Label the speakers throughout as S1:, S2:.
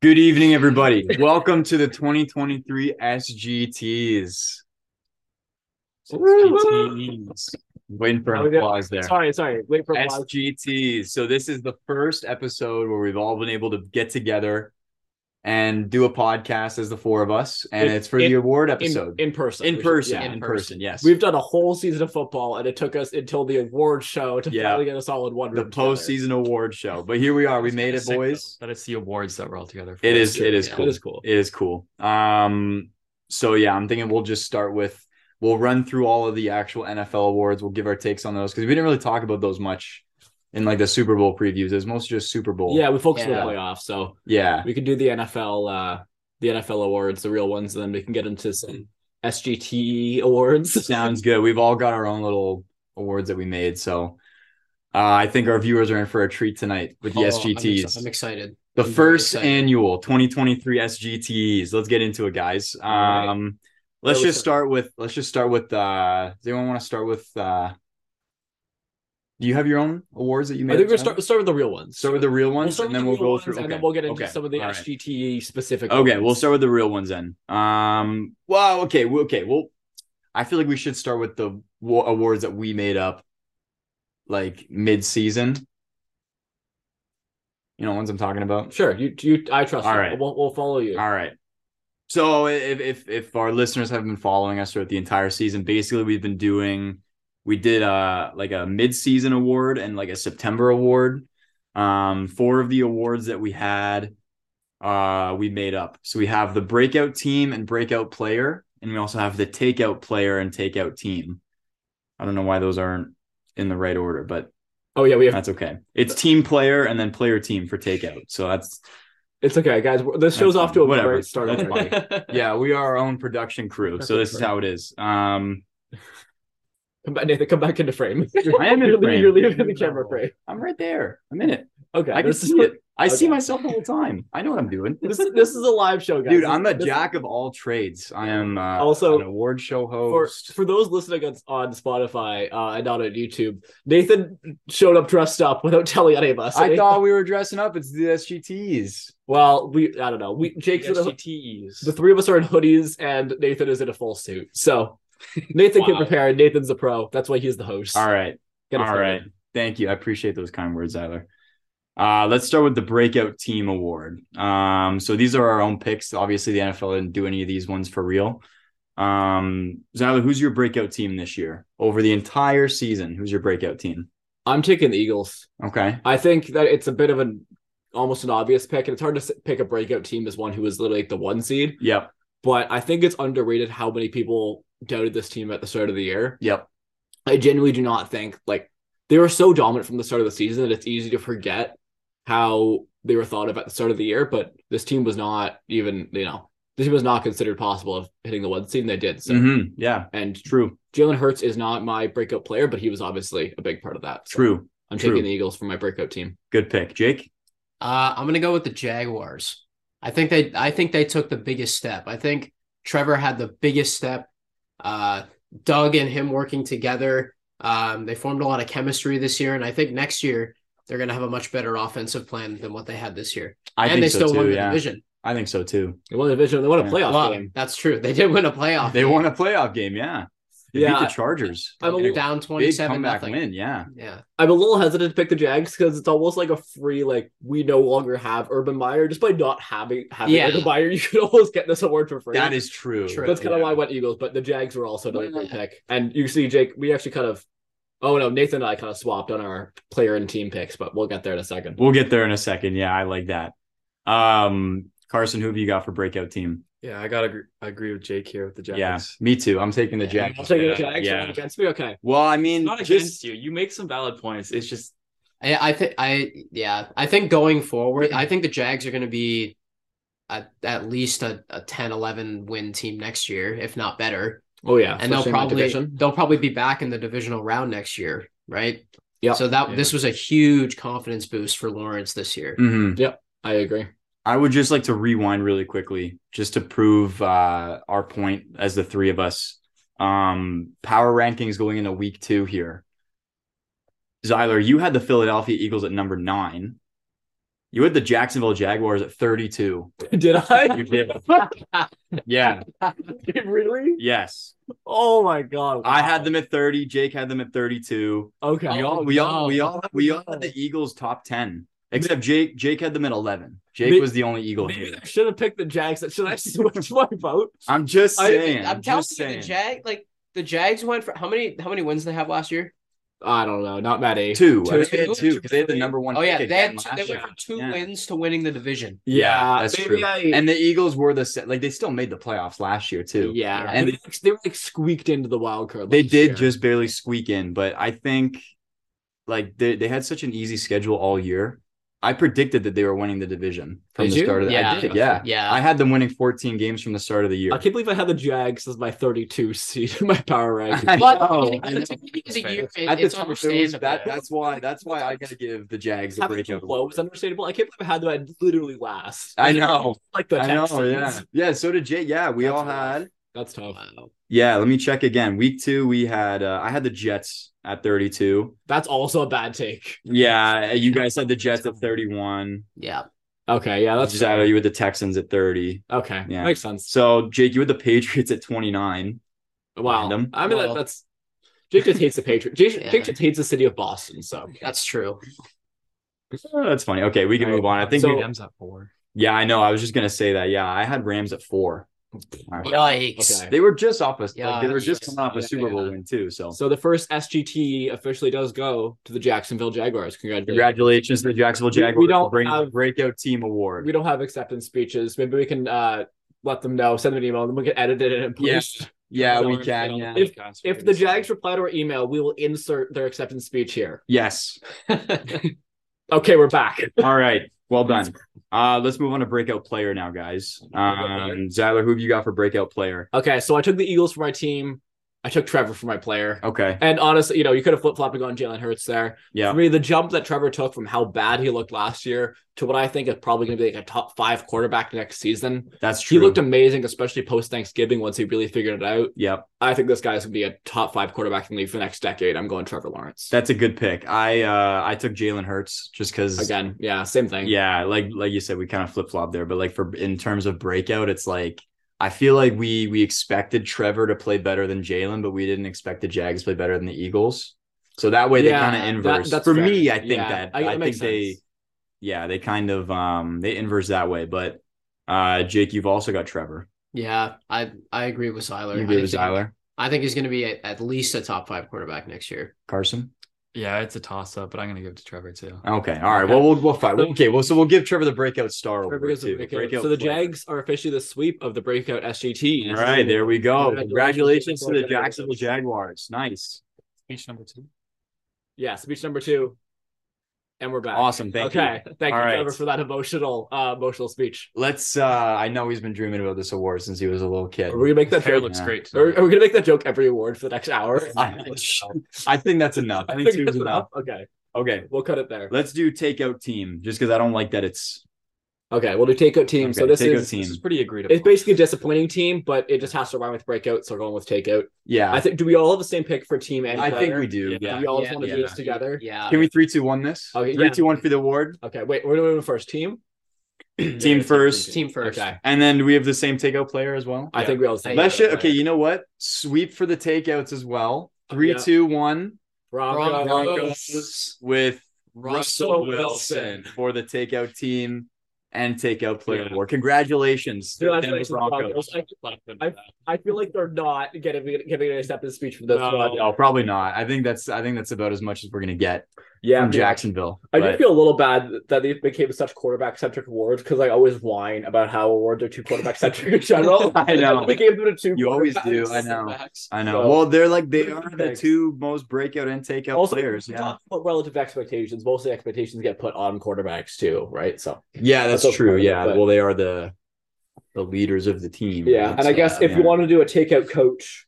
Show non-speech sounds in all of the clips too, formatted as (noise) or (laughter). S1: Good evening, everybody. Welcome to the 2023 SGTs.
S2: SGTs.
S1: Waiting for
S2: Oh,
S1: an
S2: yeah.
S1: applause there.
S2: Sorry, sorry. Wait for applause.
S1: SGTs. So this is the first episode where we've all been able to get together and do a podcast as the four of us, and
S2: In-
S1: it's for the
S2: in-
S1: award
S2: in,
S1: episode
S2: in person.
S1: in,
S2: We should-
S1: person.
S2: yeah,
S1: in person, yes.
S2: We've done a whole season of football, and it took us until the award show to
S1: Yeah.
S2: finally get us all in one
S1: the
S2: room. together.
S1: postseason award show, but here we are. We
S3: It's
S1: made
S3: kinda
S1: it,
S3: sick,
S1: boys.
S3: though, That it's the awards that we're all together. For
S1: It is- it is
S3: Yeah.
S1: cool.
S2: It is cool.
S1: It is cool. Um, so yeah, I'm thinking we'll just start with we'll run through all of the actual NFL awards. We'll give our takes on those because we didn't really talk about those much in like the Super Bowl previews. It was mostly just Super Bowl.
S2: Yeah, we focused
S3: Yeah.
S2: on the playoffs, so
S1: yeah,
S2: we can do the NFL, uh, the NFL awards, the real ones, and then we can get into some SGT awards.
S1: (laughs) sounds good. We've all got our own little awards that we made, so uh, I think our viewers are in for a treat tonight with the
S2: (laughs)
S3: Oh, I'm exci-
S1: SGTs.
S3: I'm excited.
S1: the
S3: I'm very
S1: first
S3: excited.
S1: annual 2023 SGTs. Let's get into it, guys. Um,
S2: right.
S1: let's
S2: Where we
S1: just start with let's just start with uh, does anyone want to start with uh, do you have your own awards that you made?
S2: I think
S1: up
S2: we're
S1: tonight?
S2: start start with the real ones.
S1: start with the real ones
S2: start
S1: and
S2: with
S1: then
S2: the
S1: we'll
S2: real
S1: go
S2: ones,
S1: through.
S2: and
S1: okay.
S2: then we'll get into
S1: Okay.
S2: some of the
S1: All right.
S2: SGT specific.
S1: Okay,
S2: ones.
S1: we'll start with the real ones then. Um, well, okay, well, okay, well, I feel like we should start with the wa- awards that we made up, like mid-season. You know, ones I'm talking about.
S2: Sure, you you. I trust.
S1: All
S2: you.
S1: right.
S2: we'll, we'll follow you.
S1: All right. So if if if our listeners have been following us throughout the entire season, basically we've been doing we did uh like a mid-season award and like a September award. Um four of the awards that we had uh we made up. So we have the breakout team and breakout player and we also have the takeout player and takeout team. I don't know why those aren't in the right order, but
S2: Oh yeah, we have
S1: that's okay. It's team player and then player team for takeout. So that's
S2: It's okay, guys. We're- This show's
S1: That's
S2: off to a
S1: fine. Whatever.
S2: great start
S1: That's
S2: already. (laughs)
S1: yeah, we are our own production crew, so this is how it is. Um,
S2: Come back, Nathan. Come back into frame.
S1: (laughs) I am in
S2: you're,
S1: frame.
S2: leaving- you're leaving the camera frame.
S1: I'm right there. I'm in it.
S2: Okay,
S1: I can
S2: this is-
S1: see it. I see
S2: okay.
S1: myself the whole time. I know what I'm doing, (laughs)
S2: (laughs) This is this is a live show, guys.
S1: dude. I'm a
S2: This-
S1: jack of all trades. I am uh,
S2: Also,
S1: an award show
S2: For, (laughs)
S1: host.
S2: for those listening on, on Spotify uh, and not on YouTube, Nathan showed up dressed up without telling any of us. eh?
S1: I thought we were dressing up. It's the SGTs.
S2: well, we I don't know. We Jake's in a,
S4: E.
S3: SGTEs.
S2: the three of us are in hoodies, and Nathan is in a full suit.
S1: (laughs)
S2: So Nathan can
S3: Wow.
S2: prepare. Nathan's the pro. That's why he's the host.
S1: All right,
S2: Get
S1: all
S2: offended.
S1: right. Thank you. I appreciate those kind words, Zyler. Uh, let's start with the breakout team award. Um, so these are our own picks. Obviously, the NFL didn't do any of these ones for real. Um, Zyler, who's your breakout team this year over the entire season? Who's your breakout team?
S2: I'm taking the Eagles.
S1: Okay,
S2: I think that it's a bit of an almost an obvious pick, and it's hard to s- pick a breakout team as one who was literally like the one seed.
S1: yep,
S2: But I think it's underrated how many people doubted this team at the start of the year.
S1: yep,
S2: I genuinely do not think like they were so dominant from the start of the season that it's easy to forget how they were thought of at the start of the year. But this team was not even you know this team was not considered possible of hitting the one seed, and they did. So
S1: Mhm. yeah,
S2: and
S1: true,
S2: Jalen Hurts is not my breakout player, but he was obviously a big part of that. So
S1: true,
S2: I'm
S1: true.
S2: taking the Eagles for my breakout team.
S1: good pick, Jake.
S3: Uh, I'm gonna go with the Jaguars. I think they I think they took the biggest step. I think Trevor had the biggest step. Uh, Doug and him working together. Um, they formed a lot of chemistry this year, and I think next year they're gonna have a much better offensive plan than what they had this year.
S1: I
S3: and
S1: think
S3: they
S1: so
S3: still
S1: too.
S3: won the
S1: yeah,
S3: division.
S1: I think so too.
S2: They won the division. They won a
S1: Yeah.
S2: playoff
S3: Well,
S2: game.
S3: that's true. They did win a playoff.
S1: They
S3: game.
S1: won a playoff game. Yeah, they
S2: Yeah,
S1: beat
S2: I-
S1: the Chargers.
S2: I'm a
S1: In
S2: little-
S3: down
S1: big
S3: 27
S1: comeback
S3: nothing.
S1: win. Yeah,
S3: Yeah.
S2: I'm a little hesitant to pick the Jags because it's almost like a free, like we no longer have Urban Meyer. Just by not having having
S3: Yeah.
S2: Urban Meyer, (laughs) you could almost get this award for free.
S1: that is true.
S3: True.
S2: that's kind of
S1: Yeah.
S2: why I went Eagles, but the Jags were also another great
S3: Yeah.
S2: pick. And you see, Jake, we actually kind of, oh no, Nathan and I kind of swapped on our player and team picks, but we'll get there in a second.
S1: We'll get there in a second. Yeah, I like that. Um, Carson, who have you got for breakout team?
S4: Yeah, I gotta agree, agree with Jake here with the Jags.
S1: Yeah, me too. I'm taking the
S2: I'm
S1: Jags.
S2: taking the
S1: Yeah,
S2: Jags
S1: Yeah.
S2: against me. Okay,
S1: Well, I mean,
S4: not against
S1: just
S4: you. You make some valid points. It's just
S3: I, I think I yeah I think going forward I think the Jags are going to be at, at least a, a 10 11 win team next year if not better
S2: oh yeah,
S3: and they'll
S2: especially in that
S3: probably
S2: division.
S3: they'll probably be back in the divisional round next year right
S2: Yeah.
S3: so that
S4: Yeah.
S3: this was a huge confidence boost for Lawrence this year
S1: Mhm.
S2: I agree.
S4: (laughs)
S1: I would just like to rewind really quickly just to prove uh, our point as the three of us. Um, power rankings going into week two here. Zyler, you had the Philadelphia Eagles at number nine. You had the Jacksonville Jaguars at 32.
S2: Did I?
S4: (laughs)
S1: You
S2: (laughs)
S1: did. yeah.
S2: really?
S1: Yes.
S2: Oh my god!
S1: I had them at 30. Jake had them at 32.
S2: Okay.
S1: We all we all we all we all had the Eagles top 10. Except Jake Jake had them at 11.
S2: May-
S1: Jake was the only Eagle
S2: Maybe
S1: hater.
S2: I should have picked the Jags. Should I (laughs) switch my vote?
S1: I'm just
S3: I,
S1: saying.
S3: am telling
S1: just
S3: you,
S1: saying.
S3: the Jag like the Jags went for how many how many wins did they have last year?
S2: I don't know. Not Matt A.
S1: two. I
S3: Two.
S1: think they had two because they had the number one.
S3: oh yeah,
S1: pick
S3: they had
S1: again
S3: two,
S1: last
S3: they went
S1: year.
S3: from two
S1: Yeah.
S3: wins to winning the division.
S1: Yeah, that's
S2: maybe
S1: true.
S2: I,
S1: And the Eagles were the se- like they still made the playoffs last year too.
S2: yeah,
S1: and
S2: and they, they were like squeaked into the wild card.
S1: They
S2: last
S1: did
S2: year.
S1: just barely squeak in, but I think like they, they had such an easy schedule all year. I predicted that they were winning the division from
S3: Did
S1: the
S3: you?
S1: start of the
S3: Yeah.
S1: I did, yeah.
S3: Yeah.
S1: I had them winning 14 games from the start of the year.
S2: I can't believe I had the Jags as my 32 seed in my power
S1: (laughs)
S2: ranking.
S1: I
S3: But
S1: know,
S3: at
S1: I
S3: the
S1: know.
S3: beginning of the
S4: Fair.
S3: year, it-
S1: At the
S3: it's
S1: time, it was-
S3: understandable.
S1: that, that's why that's why I gotta give the Jags a
S2: Having
S1: breakout.
S2: them low was understandable. I can't believe I had them at literally last.
S1: I know.
S2: Like the
S1: I know,
S2: Texans.
S1: yeah. Yeah, so did Jay. Yeah, we
S2: That's
S1: all
S2: rough.
S1: had
S2: That's tough.
S1: Yeah, let me check again. Week two, we had uh, I had the Jets at 32.
S2: That's also a bad take.
S1: Yeah, you guys had the Jets at 31.
S3: yeah.
S2: Okay, yeah, that's
S1: That's out you with the Texans at 30.
S2: okay.
S1: Yeah.
S2: Makes sense.
S1: So Jake, you had the Patriots at 29.
S2: Wow.
S1: Random.
S2: I mean, that,
S3: Well-
S2: that's Jake just hates the Patriots. Jake,
S3: Yeah.
S2: Jake just hates the city of Boston. So
S3: That's true.
S1: Oh, that's funny. Okay, we can
S2: Right.
S1: move on. I think.
S2: So-
S1: we-
S4: M's at four.
S1: yeah, I know. I was just gonna say that. Yeah, I had Rams at four.
S3: Yikes.
S2: okay.
S1: They were just off us.
S3: Yeah,
S1: like, they were
S3: that's
S1: just
S3: just-
S1: coming off a
S2: yeah,
S1: Super Bowl
S2: yeah.
S1: win too. So
S2: So the first SGT officially does go to the Jacksonville Jaguars. Congratulations.
S1: congratulations to the Jacksonville
S2: We- we
S1: Jaguars.
S2: don't
S1: for bringing the
S2: have-
S1: breakout team award.
S2: We don't have acceptance speeches. Maybe we can uh, let them know, send them an email, and we can edit it and
S1: Yeah.
S2: post.
S1: yeah,
S4: Don't
S1: we
S4: worry,
S1: can.
S4: don't
S1: Yeah.
S4: worry, guys, we're
S2: If the
S4: gonna
S2: Jags
S4: decide.
S2: reply to our email, we will insert their acceptance speech here.
S1: Yes.
S2: Okay, we're back.
S1: All right. Well done. Uh, let's move on to breakout player now, guys. Um, Zyler, who have you got for breakout player?
S2: Okay, so I took the Eagles for my team. I took Trevor for my player.
S1: Okay.
S2: And honestly, you know, you could have flip flopped and gone Jalen Hurts there.
S1: Yeah.
S2: For me, the jump that Trevor took from how bad he looked last year to what I think is probably going to be like a top five quarterback next season.
S1: That's true.
S2: He looked amazing, especially post Thanksgiving once he really figured it out.
S1: yep.
S2: I think this guy's going to be a top five quarterback in the league for the next decade. I'm going Trevor Lawrence.
S1: That's a good pick. I uh I took Jalen Hurts just because
S2: Again, yeah, same thing.
S1: yeah, like like you said, we kind of flip flop there, but like for in terms of breakout, it's like I feel like we we expected Trevor to play better than Jalen, but we didn't expect the Jags to play better than the Eagles. So that way
S2: Yeah,
S1: they kind of
S2: that-
S1: inverse.
S2: that's
S1: for
S2: fair.
S1: me, I think
S2: Yeah,
S1: that
S2: I-
S1: I,
S2: it
S1: think
S2: makes
S1: they
S2: sense.
S1: yeah, they kind of um they inverse that way. But uh Jake, you've also got Trevor.
S3: Yeah, I I agree with Zyler.
S1: You
S3: I
S1: agree with
S3: think-
S1: Zyler.
S3: I think he's going to be at, at least a top five quarterback next year.
S1: Carson.
S4: Yeah, it's a toss up, but I'm gonna give it to Trevor too.
S1: Okay. All right. Well, we'll we'll fight.
S2: (laughs) So-
S1: Okay. Well, so we'll give Trevor the breakout star.
S2: Trevor
S1: award,
S2: gives the
S1: too.
S2: breakout. So the
S1: player.
S2: Jags are officially the sweep of the breakout SGT.
S1: All right, there we go. Congratulations
S2: Congratulations to
S1: to
S2: the
S1: the Jacksonville Jaguars. Nice.
S4: Speech number two.
S2: Yeah, speech number two. And we're back.
S1: Awesome. Thank you.
S2: okay. Thank
S1: All
S2: you,
S1: right.
S2: Trevor, for that emotional uh, emotional speech.
S1: Let's uh I know he's been dreaming about this award since he was a little kid.
S2: Are we gonna make that
S4: His hair
S2: joke?
S4: looks
S1: Yeah.
S4: great.
S2: Are, are we gonna make that joke every award for the next hour?
S1: (laughs) (laughs) I,
S2: (laughs)
S1: I think that's enough. I think two is
S2: that's
S1: enough.
S2: enough. Okay,
S1: Okay.
S2: we'll cut it there.
S1: Let's do takeout team just because I don't like that it's
S2: Okay, we'll do takeout team. so
S1: Okay,
S2: this
S1: takeout
S2: is
S1: team.
S4: This is pretty agreed
S2: it's
S4: upon.
S2: basically a disappointing team, but it just has to rhyme with breakout. So we're going with takeout.
S1: yeah.
S2: I think. Do we all have the same pick for team? And
S1: I think
S2: player?
S1: we do.
S4: Yeah.
S1: Yeah.
S2: We all
S3: Yeah,
S2: just want to do
S1: yeah.
S2: this together.
S3: Yeah.
S1: Can we three two one this?
S2: Okay,
S1: Three
S2: yeah.
S1: two one for the award.
S2: Okay, wait. We're doing first team.
S1: team first.
S3: Team first.
S2: Okay.
S1: And then do we have the same takeout player as well?
S2: I
S4: Yeah.
S2: think we all have the same
S1: Let's
S2: pick.
S1: ju- okay, you know what? Sweep for the takeouts as well. Three,
S2: Yeah.
S1: two, one.
S2: Broncos.
S1: Broncos with Russell
S2: Russell
S1: Wilson
S2: Wilson.
S1: for the takeout team and takeout player
S4: Yeah.
S1: award. Congratulations, to the Denver
S2: Congratulations,
S1: Broncos.
S2: Broncos. I, I feel like they're not getting giving an acceptance speech for this
S4: No.
S2: one.
S1: No, probably not. I think that's I think that's about as much as we're gonna get
S2: Yeah,
S1: from Jacksonville.
S2: I do
S1: But
S2: feel a little bad that these became such quarterback centric awards because I always whine about how awards are too quarterback centric in general.
S1: (laughs) I
S2: (laughs)
S1: know.
S2: we gave them to two.
S1: You always do,
S2: quarterbacks.
S1: I know.
S4: Max.
S1: I know.
S2: So-
S1: well, they're like they are the
S2: Thanks.
S1: two most breakout and takeout
S2: Also,
S1: players. Yeah,
S2: talk about relative expectations. Most of the expectations get put on quarterbacks too, right? So
S1: yeah, that's,
S2: That's
S1: true.
S2: okay,
S1: Yeah,
S2: but-
S1: well, they are the the leaders of the team.
S2: yeah,
S1: right?
S2: and I
S1: So,
S2: guess if
S1: uh, yeah.
S2: you want to do a takeout coach,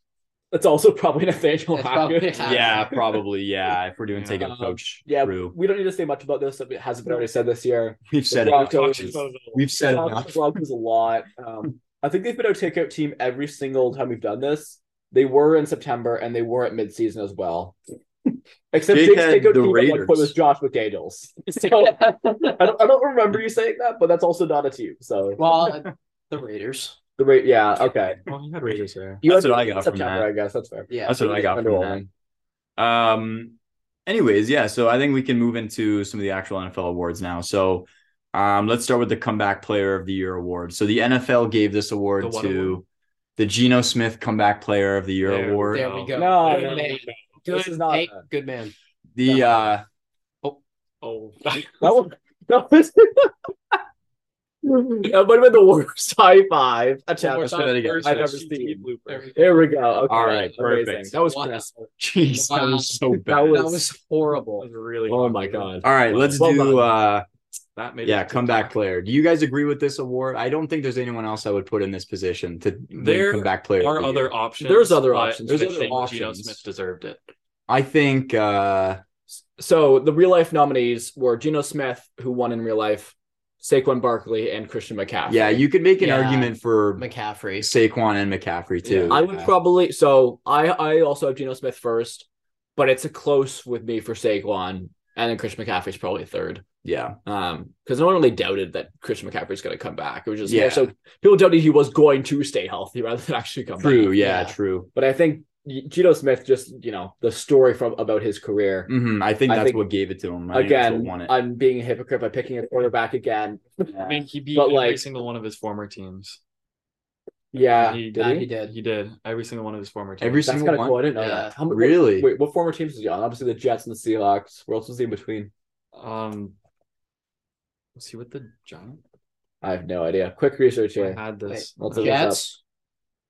S2: that's also probably (laughs) Nathaniel
S3: That's
S2: Hackett.
S3: probably-
S1: yeah, probably, yeah. If we're doing
S4: Yeah.
S1: takeout coach,
S2: Yeah,
S1: true.
S2: we don't need to say much about this. It hasn't been already said this year.
S1: We've said
S2: The
S1: it.
S2: Broncos-
S1: We've said
S2: Broncos-
S1: enough.
S2: Broncos a lot. Um, I think they've been our takeout team every single time we've done this. They were in September and they were at midseason as well. Except
S1: Jake
S2: Jake,
S1: had the
S2: Jacob Dean at one
S1: Raiders.
S2: point was Josh McDaniels.
S3: (laughs)
S2: So I, don't, I don't remember you saying that, but that's also not a team. So
S3: well, uh, the Raiders.
S2: the rate, yeah, okay.
S4: Well, you Oh, had Raiders there.
S1: That's
S2: had
S1: what I got from
S2: September,
S1: that.
S2: I guess that's fair.
S3: Yeah.
S1: That's what I got from
S2: Underwhelming.
S1: that. Um. Anyways, yeah. So I think we can move into some of the actual NFL awards now. So, um, let's start with the comeback player of the year award. So the NFL gave this
S4: The
S1: award
S4: what
S1: to
S4: award?
S1: the Geno Smith comeback player of the year
S4: There we
S1: award.
S3: There we go.
S2: No,
S3: good
S2: no,
S3: man. Good,
S2: This is not
S3: Nate.
S2: bad.
S3: good man.
S1: The uh, (laughs)
S4: Oh,
S2: That was that was. (laughs) that might have been the worst high five a
S4: One
S2: chapter
S4: more
S1: say
S4: time.
S1: that again.
S4: First
S2: I've ever
S4: SGT
S2: seen.
S4: blooper.
S3: There
S2: There we
S3: we go.
S2: go. Okay,
S1: All right,
S2: amazing.
S1: perfect.
S2: That was
S3: Wow.
S2: crisp.
S1: jeez, that was so bad.
S2: That
S3: That
S2: was-
S3: (laughs) was horrible.
S4: That was really.
S2: Oh my god.
S1: All right, let's
S2: Well
S1: do
S2: done.
S1: uh,
S4: That made
S1: yeah,
S4: it to
S1: comeback
S4: TikTok.
S1: player. Do you guys agree with this award? I don't think there's anyone else I would put in this position to win
S4: There
S1: comeback player. of
S4: Are
S1: the year.
S4: other options?
S2: There's other
S4: but
S2: options.
S1: There's
S4: I
S1: other
S4: think Geno
S1: options.
S4: Smith deserved it.
S1: I think uh,
S2: So the real life nominees were Geno Smith, who won in real life, Saquon Barkley, and Christian McCaffrey.
S1: yeah, you could make an
S3: Yeah.
S1: argument for
S3: McCaffrey.
S1: Saquon and McCaffrey too. Uh,
S2: I would probably so I I also have Geno Smith first, but it's a close with me for Saquon, and then Christian McCaffrey's probably third.
S1: yeah.
S2: Um, because no one really doubted that Christian McCaffrey's going to come back. It was just
S1: Yeah.
S2: yeah. So people doubted he was going to stay healthy rather than actually come back.
S1: True. Yeah,
S3: Yeah.
S1: True.
S2: But I think Geno Smith just you know the story from about his career.
S1: hmm I think
S2: I
S1: that's
S2: think-
S1: what gave it to him. I think that's what won
S2: Again,
S1: it.
S2: I'm being a hypocrite by picking a quarterback again.
S4: I mean, he beat
S2: But,
S4: every
S2: like-
S4: single one of his former teams.
S2: (laughs) Yeah,
S4: he
S3: Nah,
S4: did.
S3: he did.
S4: He did every single one of his former teams.
S1: Every
S2: That's
S1: single
S2: kind of
S1: one.
S2: cool. I didn't know
S3: Yeah.
S2: that. How many-
S1: Really?
S2: Wait, what former teams was he on? Obviously, the Jets and the Seahawks. Where else was he in between?
S4: Um, was he with the Giants?
S2: I have no idea. Quick research
S4: I
S2: here.
S4: had this.
S2: Wait, what's it-
S3: Jets.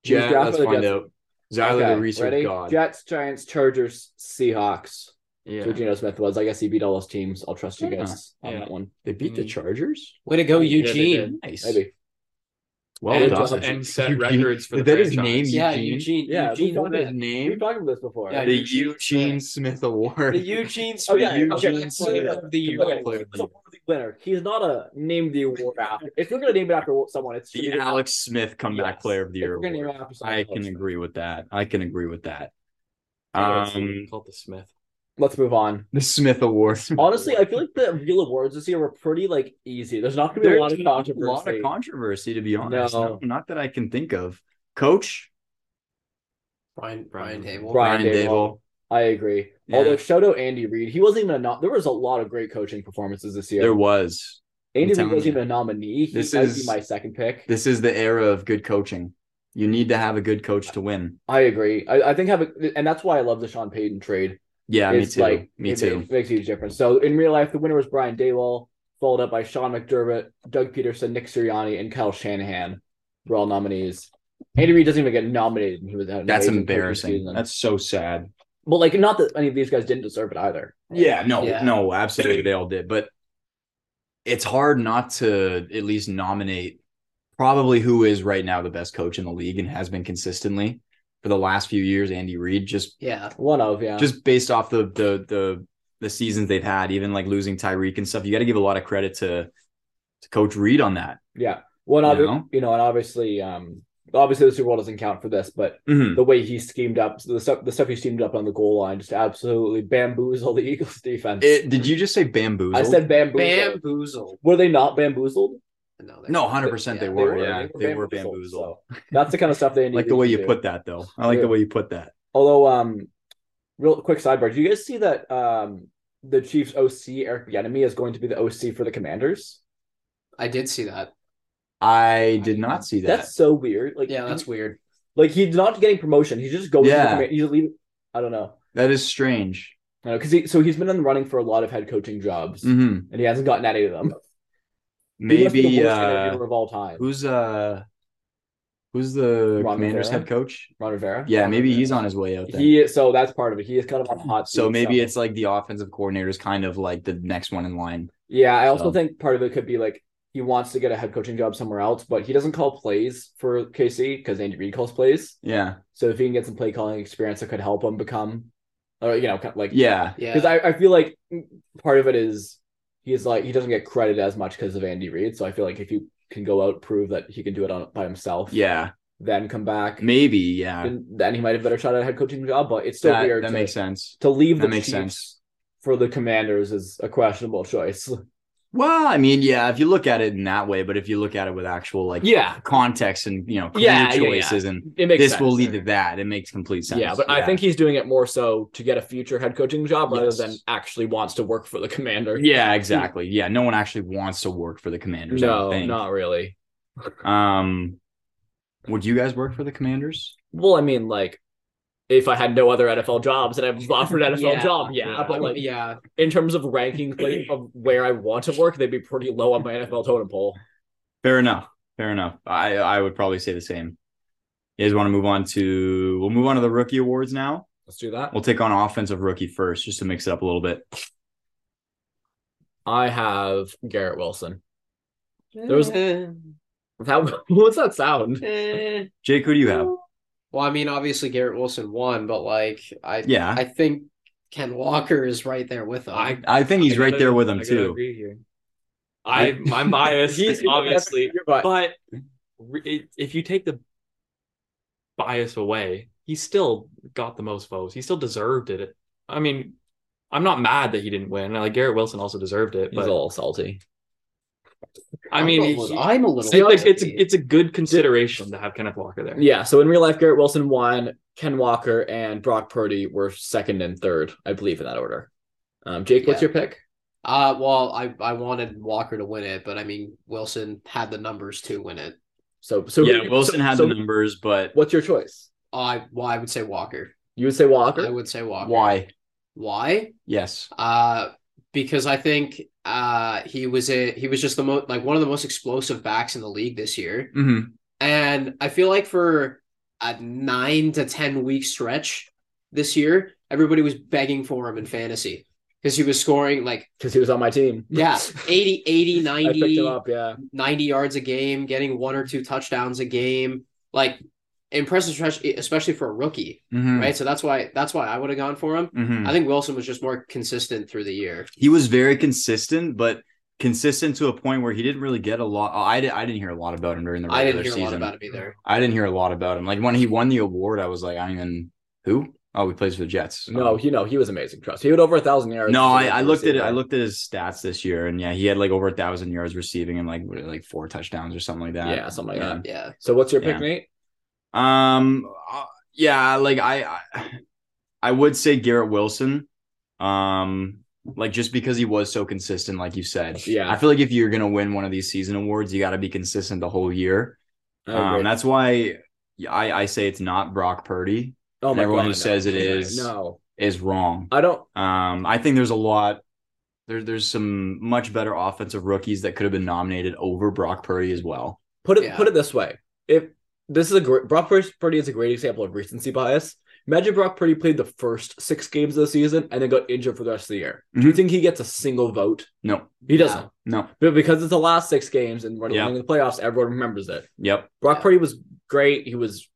S2: He was
S1: Yeah,
S2: drafted
S1: let's
S2: by the
S1: find
S2: Jets.
S1: out. Zyler,
S2: Okay,
S1: the research
S2: ready?
S1: god.
S2: Jets, Giants, Chargers, Seahawks.
S4: Yeah.
S2: That's Where Geno Smith was. I guess he beat all those teams. I'll trust you guys on
S4: Yeah.
S2: that one.
S1: They beat the
S4: Mm.
S1: Chargers.
S3: Way to go,
S4: Yeah, they
S3: Eugene.
S4: did.
S1: Nice.
S2: Maybe.
S1: Well
S4: and,
S1: done. (laughs)
S4: and set
S1: Eugene-
S4: records for the
S1: Is that his name?
S4: franchise.
S3: Yeah,
S1: Eugene?
S3: Eugene.
S2: Yeah,
S3: Eugene.
S2: we got
S1: His
S3: Smith.
S2: We've
S1: name.
S2: talked about this before.
S3: Yeah,
S1: The
S3: Eugene
S1: Eugene Smith Award.
S3: The Eugene Smith.
S2: Okay,
S3: Eugene
S2: okay.
S3: Smith of the year.
S2: Okay, he's a worthy winner. He's not a name the award after. If you're gonna name it after someone, it's
S1: the Alex Smith comeback
S2: Yes.
S1: player of the
S2: If
S1: year.
S2: you're gonna name
S1: award.
S2: it after someone,
S1: I
S2: it's-
S1: can agree with that. I can agree with that.
S4: I think
S1: Um,
S4: it's called the Smith.
S2: Let's
S1: (laughs)
S2: move on.
S1: the Smith Award.
S2: Honestly, I feel like the real awards this year were pretty like easy. There's not gonna be
S1: There's
S2: a lot of controversy.
S1: A lot of controversy, to be honest.
S2: No.
S1: No, not that I can think of. Coach
S3: Brian, Brian
S1: Mm-hmm.
S3: Dable.
S2: Brian
S1: Brian Dable.
S2: Daboll. I agree.
S1: Yeah.
S2: Although shout out Andy Reid, he wasn't even a nom- there was a lot of great coaching performances this year.
S1: There was.
S2: Andy Reid
S1: telling
S2: wasn't
S1: you.
S2: even a nominee. He
S1: This
S2: might
S1: is-
S2: be my second pick.
S1: This is the era of good coaching. You need to have a good coach to win.
S2: I agree. I, I think have a, and that's why I love the Sean Payton trade.
S1: Yeah, me
S2: It's
S1: too.
S2: like,
S1: me
S2: it,
S1: too.
S2: It makes a huge difference. So in real life, the winner was Brian Daywall, followed up by Sean McDermott, Doug Peterson, Nick Sirianni, and Kyle Shanahan were all nominees. Andy Reid doesn't even get nominated. and He was had an
S1: That's
S2: amazing coaching
S1: embarrassing.
S2: season.
S1: That's so sad.
S2: well, like not that any of these guys didn't deserve it either.
S1: Yeah, no,
S3: Yeah.
S1: no, absolutely. They all did. But it's hard not to at least nominate probably who is right now the best coach in the league and has been consistently for the last few years, Andy Reid, just
S3: Yeah.
S2: One of yeah.
S1: just based off the the the the seasons they've had, even like losing Tyreek and stuff, you got to give a lot of credit to to Coach Reed on that.
S2: yeah. One
S1: You
S2: of
S1: know?
S2: you know, and obviously, um, obviously the Super Bowl doesn't count for this, but
S1: Mhm.
S2: the way he schemed up, the stuff, the stuff he schemed up on the goal line, just absolutely bamboozled the (laughs) Eagles defense.
S1: It, did you just say bamboozled?
S2: I said bamboozled.
S3: Bamboozled.
S2: Were they not bamboozled?
S3: No,
S1: no, hundred percent. They
S3: Yeah,
S1: were, yeah, they were bamboozled.
S2: so that's the kind of stuff they
S1: (laughs) I
S2: need
S1: like
S2: to
S1: the way
S2: do.
S1: you put that, though. I like
S2: Yeah.
S1: the way you put that.
S2: Although, um, real quick sidebar: Do you guys see that um the Chiefs OC Eric Bieniemy is going to be the OC for the Commanders?
S3: I did see that.
S1: I did not see that.
S2: That's so weird. Like,
S3: Yeah, that's weird.
S2: like he's not getting promotion. He's just going.
S1: Yeah.
S2: To the, Command- he's leaving. I don't know.
S1: That is strange.
S2: I don't know because he so he's been in the running for a lot of head coaching jobs
S1: hmm
S2: and he hasn't gotten any of them. He must be the
S1: Maybe
S2: worst
S1: uh,
S2: interviewer of all time.
S1: who's uh who's the
S2: Ron
S1: Commanders
S2: Rivera?
S1: head coach?
S2: Ron Rivera.
S1: Yeah,
S2: Ron
S1: maybe
S2: Rivera.
S1: he's on his way out there.
S2: He so that's part of it. He is kind of on a hot.
S1: so
S2: seat,
S1: maybe it's like the offensive coordinator is kind of like the next one in line.
S2: Yeah, I also
S1: So-
S2: think part of it could be like he wants to get a head coaching job somewhere else, but he doesn't call plays for KC because Andy Reid calls plays.
S1: Yeah,
S2: So if he can get some play calling experience, that could help him become, or you know, kind of like
S1: yeah,
S3: Yeah.
S2: because I, I feel like part of it is he's like he doesn't get credit as much because of Andy Reid. So I feel like if you can go out prove that he can do it on by himself,
S1: yeah.
S2: then come back.
S1: Maybe, yeah.
S2: And then he might have a better shot at a head coaching job, but it's still
S1: that
S2: weird.
S1: that
S2: to,
S1: makes sense.
S2: to leave the
S1: That makes
S2: Chiefs
S1: sense.
S2: for the Commanders is a questionable choice. (laughs)
S1: Well, I mean, yeah, if you look at it in that way, but if you look at it with actual like
S2: Yeah,
S1: context and you know career
S2: Yeah, yeah, yeah.
S1: choices and
S2: it makes
S1: this
S2: sense.
S1: will lead to that, it makes complete sense.
S2: Yeah, but I think he's doing it more so to get a future head coaching job rather
S1: Yes.
S2: than actually wants to work for the commander.
S1: yeah, exactly. Yeah, no one actually wants to work for the Commanders. I don't
S2: No,
S1: think.
S2: not really.
S1: Um, would you guys work for the Commanders?
S2: Well, I mean, like, if I had no other NFL jobs and I was offered an NFL
S3: Yeah.
S2: job, yeah,
S1: Yeah.
S2: But like,
S3: yeah,
S2: in terms of ranking place of where I want to work, they'd be pretty low on my NFL totem pole.
S1: Fair enough. Fair enough. I I would probably say the same. You guys want to move on to we'll move on to the rookie awards now.
S2: Let's do that.
S1: We'll take on offensive rookie first, just to mix it up a little bit.
S2: I have Garrett Wilson.
S3: there
S2: was- That, (laughs) what's that sound?
S1: Jake, who do you have?
S3: Well, I mean, obviously Garrett Wilson won, but like I,
S1: Yeah,
S3: I think Ken Walker is right there with him.
S4: I-
S1: I think he's
S4: I
S1: right
S4: gotta-
S1: there with him
S4: I gotta
S1: too.
S4: agree here. I
S1: (laughs)
S4: I'm biased,
S2: He's-
S4: obviously,
S2: But
S4: but
S2: hmm?
S4: re- it, if you take the bias away, he still got the most votes. He still deserved it. I mean, I'm not mad that he didn't win. Like Garrett Wilson also deserved it,
S2: he's
S4: but
S2: a little salty.
S4: I mean,
S3: I'm a
S4: he-
S3: little, I'm a little
S4: it's, like, it's
S3: salty.
S4: it's a good consideration to have Kenneth Walker there.
S2: Yeah. So in real life, Garrett Wilson won. Ken Walker and Brock Purdy were second and third, I believe, in that order. Um, Jake, what's
S3: Yeah.
S2: your pick?
S3: Uh, well, I I wanted Walker to win it, but I mean Wilson had the numbers to win it.
S2: So, so
S1: yeah, Wilson
S2: so-
S1: had
S2: so
S1: the numbers, but
S2: What's your choice?
S3: I well, I would say Walker.
S2: You would say Walker.
S3: I would say Walker.
S1: why?
S3: Why?
S1: Yes.
S3: Uh, because I think uh he was a he was just the most like one of the most explosive backs in the league this year,
S1: hmm
S3: and I feel like for a nine to ten week stretch this year, everybody was begging for him in fantasy because he was scoring like
S2: because he was on my team. (laughs)
S3: yeah 80 80
S2: I
S3: 90
S2: picked him up. Yeah,
S3: 90 yards a game, getting one or two touchdowns a game. Like impressive stretch, e, especially for a rookie,
S1: hmm
S3: right? So that's why that's why I would have gone for him.
S1: hmm
S3: I think Wilson was just more consistent through the year.
S1: He was very consistent, but consistent to a point where he didn't really get a lot. I, di- I didn't hear a lot about him during the regular
S3: I didn't hear
S1: season.
S3: a lot about him either.
S1: I didn't hear a lot about him. Like when he won the award, I was like, I don't even who? Oh, he plays for the Jets.
S2: no, you know he was amazing. Trust. He had over a thousand yards.
S1: No, I,
S2: as a
S1: I looked at it.
S2: receiver.
S1: I looked at his stats this year, and yeah, he had like over a thousand yards receiving and like what, like four touchdowns or something like that.
S2: Yeah, something like
S1: Yeah.
S2: that.
S3: Yeah.
S2: So what's your pick,
S1: Yeah.
S2: Nate?
S1: Um, uh, yeah, like I, I, I would say Garrett Wilson. Um, like just because he was so consistent, like you said,
S2: Yeah.
S1: I feel like if you're gonna win one of these season awards, you got to be consistent the whole year.
S2: I
S1: Um,
S2: agree.
S1: that's why I I say it's not Brock Purdy
S2: oh my
S1: everyone
S2: God,
S1: who
S2: no.
S1: says it is-
S2: No,
S1: is wrong.
S2: I don't.
S1: Um, I think there's a lot. There, there's some much better offensive rookies that could have been nominated over Brock Purdy as well.
S2: Put it
S3: Yeah.
S2: put it this way: if this is a great Brock Pur- Purdy is a great example of recency bias. Imagine Brock Purdy played the first six games of the season and then got injured for the rest of the year. Do you
S1: Mhm.
S2: think he gets a single vote?
S1: No,
S2: He doesn't.
S1: no,
S2: But because it's the last six games and we're
S1: Yeah.
S2: in the playoffs, everyone remembers it.
S1: yep,
S2: Brock
S3: Yeah.
S2: Purdy was great. He was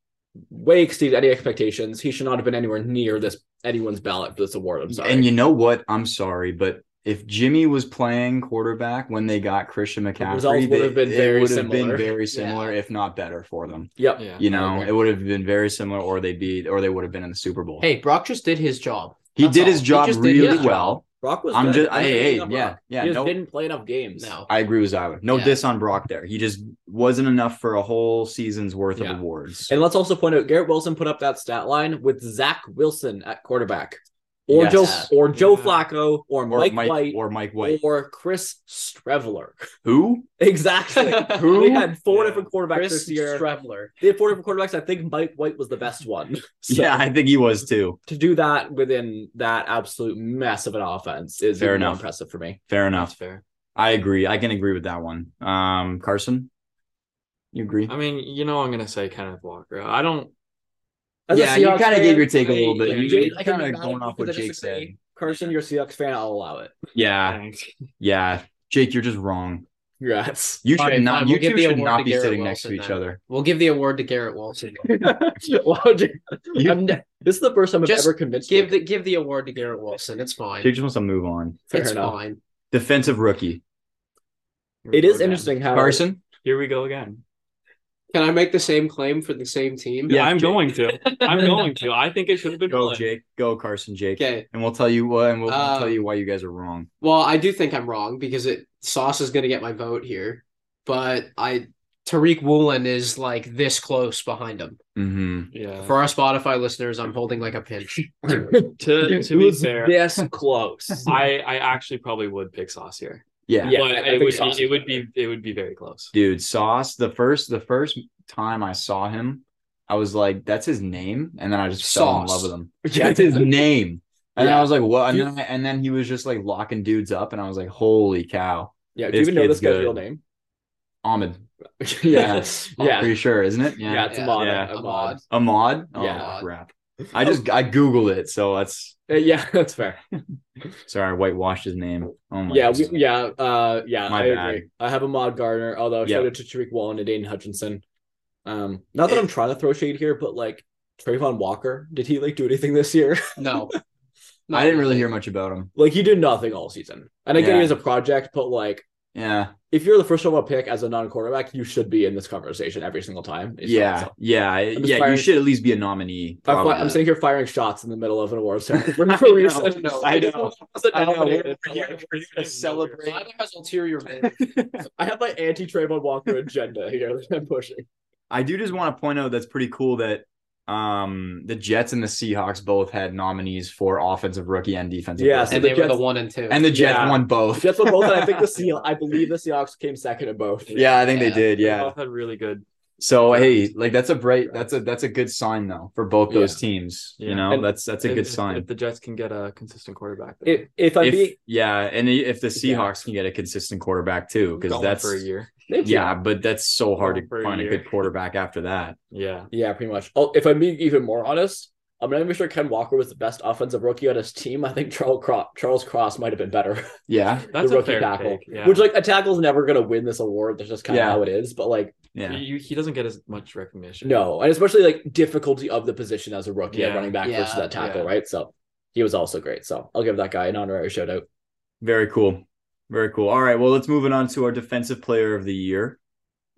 S2: way exceeded any expectations. He should not have been anywhere near this anyone's ballot for this award. I'm sorry.
S1: And you know what? I'm sorry, but if Jimmy was playing quarterback when they got Christian
S2: results
S1: McCaffrey,
S2: would
S1: they-
S2: have been
S1: it
S2: very
S1: would have been
S2: similar.
S1: very similar, if not better, for them.
S2: yep.
S4: Yeah.
S1: You
S2: I
S1: know,
S2: agree.
S1: it would have been very similar, or they'd be, or they would have been in the Super Bowl.
S3: Hey, Brock just did his job.
S1: he
S3: that's
S1: did
S3: all.
S1: his
S3: He
S1: job
S3: just did his
S1: really
S3: job.
S1: well.
S2: Brock was.
S1: I'm
S2: good.
S1: just,
S2: I'm not
S1: hey, hey,
S2: hating on
S1: yeah,
S2: Brock.
S1: yeah,
S2: he just
S1: no,
S2: didn't play enough games.
S3: No.
S1: I agree with Zyler. No
S3: Yeah.
S1: diss on Brock there. He just wasn't enough for a whole season's worth
S2: Yeah.
S1: of awards.
S2: And let's also point out Garrett Wilson put up that stat line with Zach Wilson at quarterback, or
S1: Yes.
S2: Joe, or Joe
S4: Yeah.
S2: Flacco, or,
S1: or
S2: Mike,
S1: Mike,
S2: White,
S1: or Mike
S2: or,
S1: White.
S2: Chris Streveler. (laughs)
S1: Who?
S2: Exactly.
S1: Who?
S2: They had four
S4: Yeah.
S2: different quarterbacks
S3: Chris
S2: this year.
S3: Strevler.
S2: they had four different quarterbacks. I think Mike White was the best one. (laughs) So
S1: yeah, I think he was too.
S2: to do that within that absolute mess of an offense is
S1: Fair
S2: even more
S1: enough.
S2: impressive for me.
S1: Fair
S4: that's
S1: enough.
S4: fair.
S1: I agree. I can agree with that one. Um, Carson, you agree?
S4: I mean, you know, I'm gonna say Kenneth Walker. I don't.
S2: As a
S1: Yeah, you
S2: Seahawks
S1: kinda
S2: fan,
S1: gave your take a little bit.
S2: I-
S1: You-
S2: Jake,
S1: you're
S2: I can be
S1: kinda
S2: mad
S1: going
S2: at
S1: off
S2: you
S1: what
S2: because I
S1: Jake
S2: disagree.
S1: said.
S2: Carson, you're a Seahawks fan. I'll allow it.
S1: Yeah, yeah. Jake, you're just wrong.
S2: Congrats.
S1: You should
S3: All right,
S1: not.
S3: fine,
S1: you
S3: we'll give
S1: two
S3: the
S1: should
S3: award
S1: not
S3: to
S1: be
S3: Garrett
S1: sitting next to
S3: Wilson
S1: each
S3: then.
S1: other.
S3: We'll give the award to Garrett Wilson.
S2: (laughs) wow, Jake.
S1: You-
S2: I'm ne- this is the first time I've
S3: Just
S2: ever convinced
S3: give
S2: you.
S3: the give the award to Garrett Wilson. It's fine.
S1: Jake just wants to move on.
S2: Fair
S3: it's
S2: enough.
S3: fine.
S1: Defensive rookie
S2: It is interesting how
S1: Carson.
S4: Here we go again.
S3: Can I make the same claim for the same team?
S1: Yeah,
S4: I'm
S1: Jake.
S4: going to.
S2: (laughs)
S4: I'm going to. I think it should have been
S1: Go
S4: Flynn.
S1: Jake. Go Carson Jake.
S3: Okay.
S1: And we'll tell you what and we'll, we'll
S3: Um,
S1: tell you why you guys are wrong.
S3: Well, I do think I'm wrong because it Sauce is going to get my vote here, but I Tariq Woolen is like this close behind him.
S1: hmm
S4: Yeah.
S3: For our Spotify listeners, I'm holding like
S2: (laughs)
S3: a pinch.
S4: To to be fair,
S5: Yes, close.
S4: I I actually probably would pick Sauce here.
S1: Yeah.
S5: Yeah,
S4: but
S5: I- I
S4: it
S5: think
S4: would
S5: Sauce
S4: be,
S5: is
S4: it would be it would be very close.
S1: Dude, Sauce, the first the first time I saw him, I was like, that's his name. And then I just fell in
S3: Sauce.
S1: love with
S2: (laughs)
S1: him. That's his name. And
S2: Yeah.
S1: I was like, what? And then, and then he was just like locking dudes up, and I was like, holy cow. (laughs)
S2: Yeah,
S1: do you This even know kid's this guy's good. real
S2: name? (laughs)
S1: Ahmed.
S2: yeah,
S1: Yeah.
S2: yeah,
S1: Pretty sure, isn't it? Yeah.
S2: yeah. It's
S3: Yeah.
S2: Ahmad.
S1: Yeah.
S2: Ahmad.
S1: Ahmad? Oh,
S2: Yeah.
S1: crap. I just I Googled it, so that's
S2: Uh, Yeah, (laughs) that's fair.
S1: sorry, I whitewashed his name. Oh my
S2: Yeah, we,
S1: goodness.
S2: yeah, uh, yeah.
S1: My
S2: I
S1: bad.
S2: agree. I have Ahmad Gardner, although
S1: Yeah.
S2: shout out to Tariq Wallen and Aiden Hutchinson. Um, not that I'm trying to throw shade here, but like Trayvon Walker, did he like do anything this year? (laughs)
S3: No,
S1: I didn't really hear much about him.
S2: like he did nothing all season, and I get
S1: Yeah.
S2: it as a project, but like
S1: Yeah.
S2: if you're the first overall pick as a non-quarterback, you should be in this conversation every single time. It's-
S1: Yeah.
S2: so-
S1: Yeah. I-
S2: just
S1: Yeah. You
S2: firing-
S1: should at least be a nominee.
S2: I'm, fi-
S1: probably.
S2: I'm sitting here firing shots in the middle of an award
S1: (laughs)
S2: ceremony for no reason.
S1: know, I know. I know.
S4: celebrate.
S3: Neither has ulterior motive.
S2: (laughs) I have my anti Trayvon Walker agenda here (laughs) that I'm pushing.
S1: I do just want to point out that's pretty cool that um the Jets and the Seahawks both had nominees for offensive rookie and defensive.
S2: Yeah,
S1: rookie.
S2: so
S3: and
S2: the
S3: they were the
S2: Jets-
S3: one and two.
S1: and the Jets
S2: Yeah.
S1: won both.
S2: Jets won both, and I think the Seal. I believe the Seahawks came second in both.
S1: yeah, I think
S3: Yeah.
S1: they did.
S4: They
S1: Yeah.
S4: both had really good.
S1: So hey, like that's a bright that's a that's a good sign though for both those teams. You
S4: Yeah.
S1: know,
S2: And-
S1: that's that's a
S4: if-
S1: good
S4: if-
S1: sign.
S4: If the Jets can get a consistent quarterback, then
S2: If, if I'm being,
S1: If, yeah, and if the
S2: Yeah.
S1: Seahawks can get a consistent quarterback too,
S4: going
S1: because that's
S4: for a year.
S1: yeah, but that's so hard
S4: Going for
S1: to
S4: a
S1: find a
S4: year.
S1: good quarterback after
S4: (laughs)
S1: that.
S4: Yeah.
S2: yeah, pretty much. Oh, if I'm being even more honest, I'm not even sure Ken Walker was the best offensive rookie on his team. I think Charles Cross, Charles Cross might have been better.
S1: Yeah,
S4: That's
S2: the
S4: a
S2: rookie
S4: fair
S2: tackle,
S4: take, yeah.
S2: which like a tackle's never gonna win this award. That's just kind of
S1: Yeah.
S2: how it is. But like,
S1: yeah.
S4: You, he doesn't get as much recognition.
S2: no, and especially like difficulty of the position as a rookie at
S4: Yeah.
S2: running back
S3: Yeah.
S2: versus that tackle,
S4: Yeah.
S2: right? So he was also great. So I'll give that guy an honorary shout out.
S1: Very cool. Very cool. All right. Well, let's move it on to our defensive player of the year.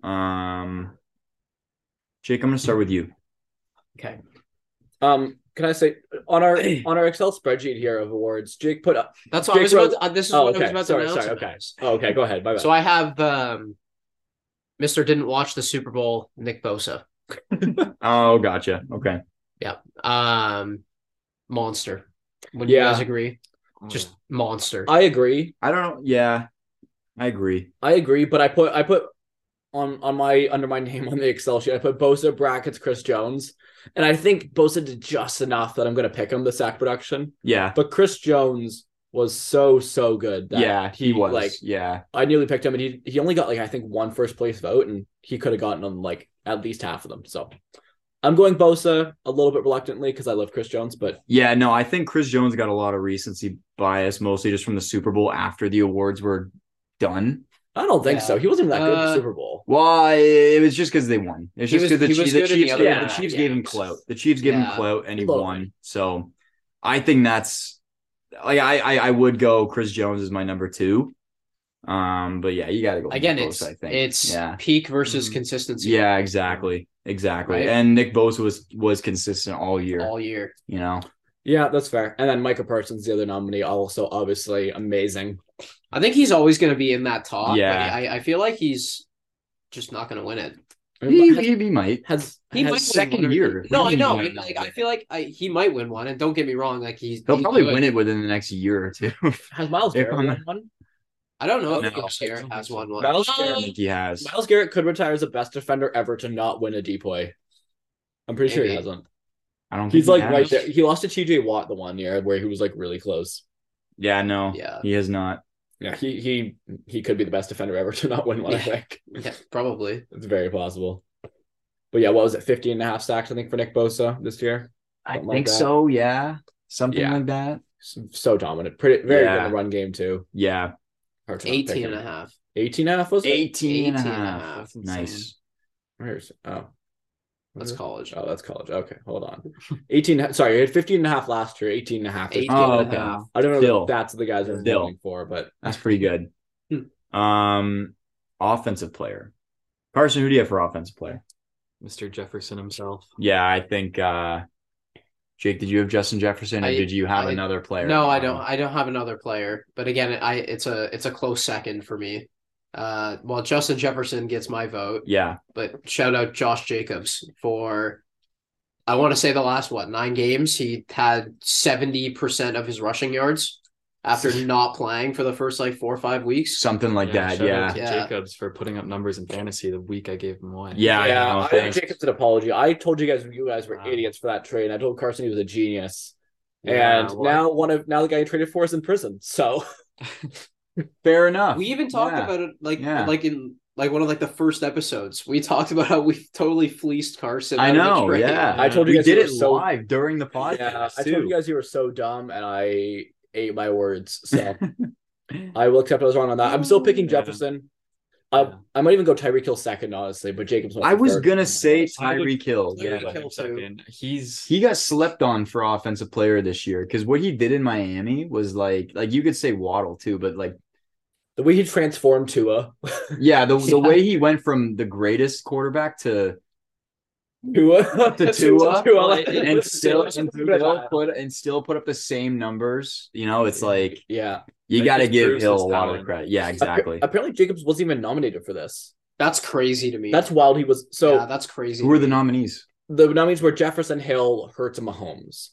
S1: Um, Jake, I'm going to start with you.
S3: okay.
S2: Um, can I say on
S4: (clears throat)
S2: our on our Excel spreadsheet here of awards, Jake put up.
S3: That's what
S2: Jake
S3: I was about.
S2: Rose-
S3: To, uh, this is
S2: Oh,
S3: what I
S2: okay.
S3: was about
S2: Sorry,
S3: to
S2: sorry,
S3: announce.
S2: okay. Oh, okay, go ahead. My bad.
S3: So I have um, Mr. Didn't watch the Super Bowl, Nick Bosa.
S1: Oh, gotcha. Okay.
S3: Um, monster. Would
S2: Yeah.
S3: you guys agree?
S4: Mm.
S3: Just monster.
S2: I agree.
S1: I don't know. Yeah, I agree.
S2: I agree, but I put I put on on my under my name on the Excel sheet. I put Bosa brackets Chris Jones, and I think Bosa did just enough that I'm going to pick him the sack production.
S1: Yeah.
S2: But Chris Jones was so so good. That
S1: yeah, he, was.
S2: like
S1: yeah.
S2: I nearly picked him, and he he only got like I think one first place vote, and he could have gotten on like at least half of them. So I'm going Bosa a little bit reluctantly because I love Chris Jones, but
S1: Yeah. No, I think Chris Jones got a lot of recency bias, mostly just from the Super Bowl after the awards were done.
S2: I don't think
S3: Yeah.
S2: so. He wasn't that good in the
S3: Uh,
S2: Super Bowl.
S1: Well, it was just because they won. It's
S3: He
S1: just because
S3: was-
S1: the,
S3: he
S1: Chiefs-
S3: was
S1: the
S3: good in the
S1: Chiefs,
S3: other
S1: gave, the
S3: games.
S1: Chiefs
S3: Yeah.
S1: gave him clout. The Chiefs gave him
S3: Yeah.
S1: clout, and he
S2: Totally.
S1: won. So, I think that's like I, I I would go Chris Jones is my number two. Um, but yeah, you got to go
S3: Again,
S1: Nick
S3: it's
S1: Bosa, I think.
S3: it's
S1: yeah,
S3: peak versus
S4: Mhm.
S3: consistency.
S1: yeah, exactly, exactly.
S3: Right?
S1: And Nick Bosa was was consistent all year.
S3: all year.
S1: you know,
S2: Yeah, that's fair. And then Micah Parsons, the other nominee, also obviously amazing.
S3: I think he's always going to be in that top.
S1: Yeah.
S3: but I, I feel like he's just not going to win it.
S1: he, he, he might.
S2: has
S3: He
S2: has
S3: might win
S1: second
S3: one or-
S1: year.
S3: No,
S1: He
S3: I know.
S1: might not
S3: Like
S1: win
S3: I feel like I, he might win one, and don't get me wrong. Like he's
S1: He'll
S3: he's
S1: probably
S3: good.
S1: win it within the next year or two. (laughs)
S2: has Miles
S1: If
S2: Garrett
S1: I'm-
S2: won one?
S3: I don't know if
S1: No.
S3: Miles Garrett has won one.
S2: Miles
S1: I
S2: Garrett,
S1: think he has.
S2: Miles Garrett could retire as the best defender ever to not win a decoy. I'm pretty sure he
S3: Maybe.
S2: hasn't.
S1: I don't.
S2: He's
S1: think
S2: like
S1: he has.
S2: right there. He lost to TJ Watt the one year where he was like really close.
S1: Yeah, no,
S3: Yeah.
S1: he has not.
S2: Yeah, he he he could be the best defender ever (laughs) to not win one. I
S3: Yeah.
S2: think
S3: Yeah, probably.
S2: it's very possible. But yeah, what was it? 50 and a half sacks, I think, for Nick Bosa this year.
S1: I
S2: Something like
S1: think
S2: that.
S1: so. Yeah, something
S2: Yeah.
S1: like that.
S2: So, so dominant. Pretty very good
S1: Yeah.
S2: in the run game too.
S1: Yeah,
S2: Hard to not pick
S3: 18 and
S2: him.
S3: a half.
S2: 18 and a half was it?
S1: 18, and a
S3: 18 and a
S1: half.
S3: half.
S4: That's insane.
S1: Nice.
S2: Where's oh
S3: That's
S1: Mm-hmm.
S3: college.
S2: Oh, that's college. Okay, hold on. 18, sorry, you had 15 and a half last year, 18 and a half. this year.
S3: 18
S1: Oh,
S3: and
S1: okay.
S3: a half.
S2: I don't know
S1: Still.
S2: the stats of the guys are
S1: Still.
S2: voting for, but
S1: That's pretty good.
S3: Hmm.
S1: Um, offensive player, Carson. Who do you have for offensive player?
S4: Mr. Jefferson himself.
S1: Yeah, I think uh Jake, did you have Justin Jefferson or
S3: I-
S1: did you have
S3: I-
S1: another player?
S3: No, I don't. I don't have another player. But again, I it's a it's a close second for me. Uh, well, Justin Jefferson gets my vote,
S1: Yeah.
S3: but shout out Josh Jacobs for. I want to say the last what nine games he had seventy percent of his rushing yards
S1: (laughs)
S3: after not playing for the first like four or five weeks.
S1: Something like that.
S4: shout
S1: Yeah.
S4: out to
S3: Yeah.
S4: Jacobs for putting up numbers in fantasy the week I gave him away.
S1: Yeah, I
S2: Oh, yeah,
S1: know.
S2: I owe
S1: Thanks.
S2: Jacobs an apology. I told you guys you guys were
S4: Wow.
S2: idiots for that trade. I told Carson he was a genius,
S4: Yeah,
S2: and
S4: well,
S2: now one of now the guy you traded for is in prison. So (laughs)
S1: Fair enough.
S3: We even talked
S1: Yeah.
S3: about it like
S1: Yeah.
S3: like in like one of like the first episodes. We talked about how we totally fleeced Carson.
S1: I
S3: out of the
S1: know.
S3: trade.
S1: Yeah.
S2: I told you
S1: we
S2: guys
S1: did
S2: you
S1: it
S2: were so-
S1: live during the podcast.
S2: yeah, I
S1: too.
S2: told you guys you were so dumb, and I ate my words.
S1: (laughs)
S2: So I will accept I was wrong on that. I'm still picking
S4: Yeah.
S2: Jefferson. Uh,
S4: Yeah.
S2: I might even go Tyreek Hill second, honestly, but Jacobs. went
S1: I was
S2: third.
S1: gonna say
S4: I would-
S1: Tyreek Hill.
S4: Yeah,
S1: Yeah.
S3: Tyreek Hill,
S4: second. He's (laughs)
S1: He got slept on for offensive player this year because what he did in Miami was like like you could say Waddle too, but like
S2: the way he transformed Tua. (laughs)
S1: yeah, the the
S3: Yeah.
S1: way he went from the greatest quarterback to
S2: Tua
S1: (laughs)
S2: (laughs)
S1: To Tua?
S4: Well, (laughs) it-
S1: and still and
S2: Tua.
S1: still
S2: (laughs)
S1: put and still put up the same numbers. You know, it's like
S2: yeah.
S1: you
S4: That
S1: got to
S4: just
S1: give
S4: proves
S1: Hill
S4: his
S1: a lot of
S4: talent.
S1: credit.
S4: (laughs)
S1: Yeah,
S2: Appa-
S1: exactly.
S2: apparently, Jacobs wasn't even nominated for this.
S3: that's crazy to me.
S2: That's wild. He was so
S3: yeah, that's crazy.
S1: Who are the nominees?
S2: the nominees were Jefferson, Hill, Hurts, and Mahomes.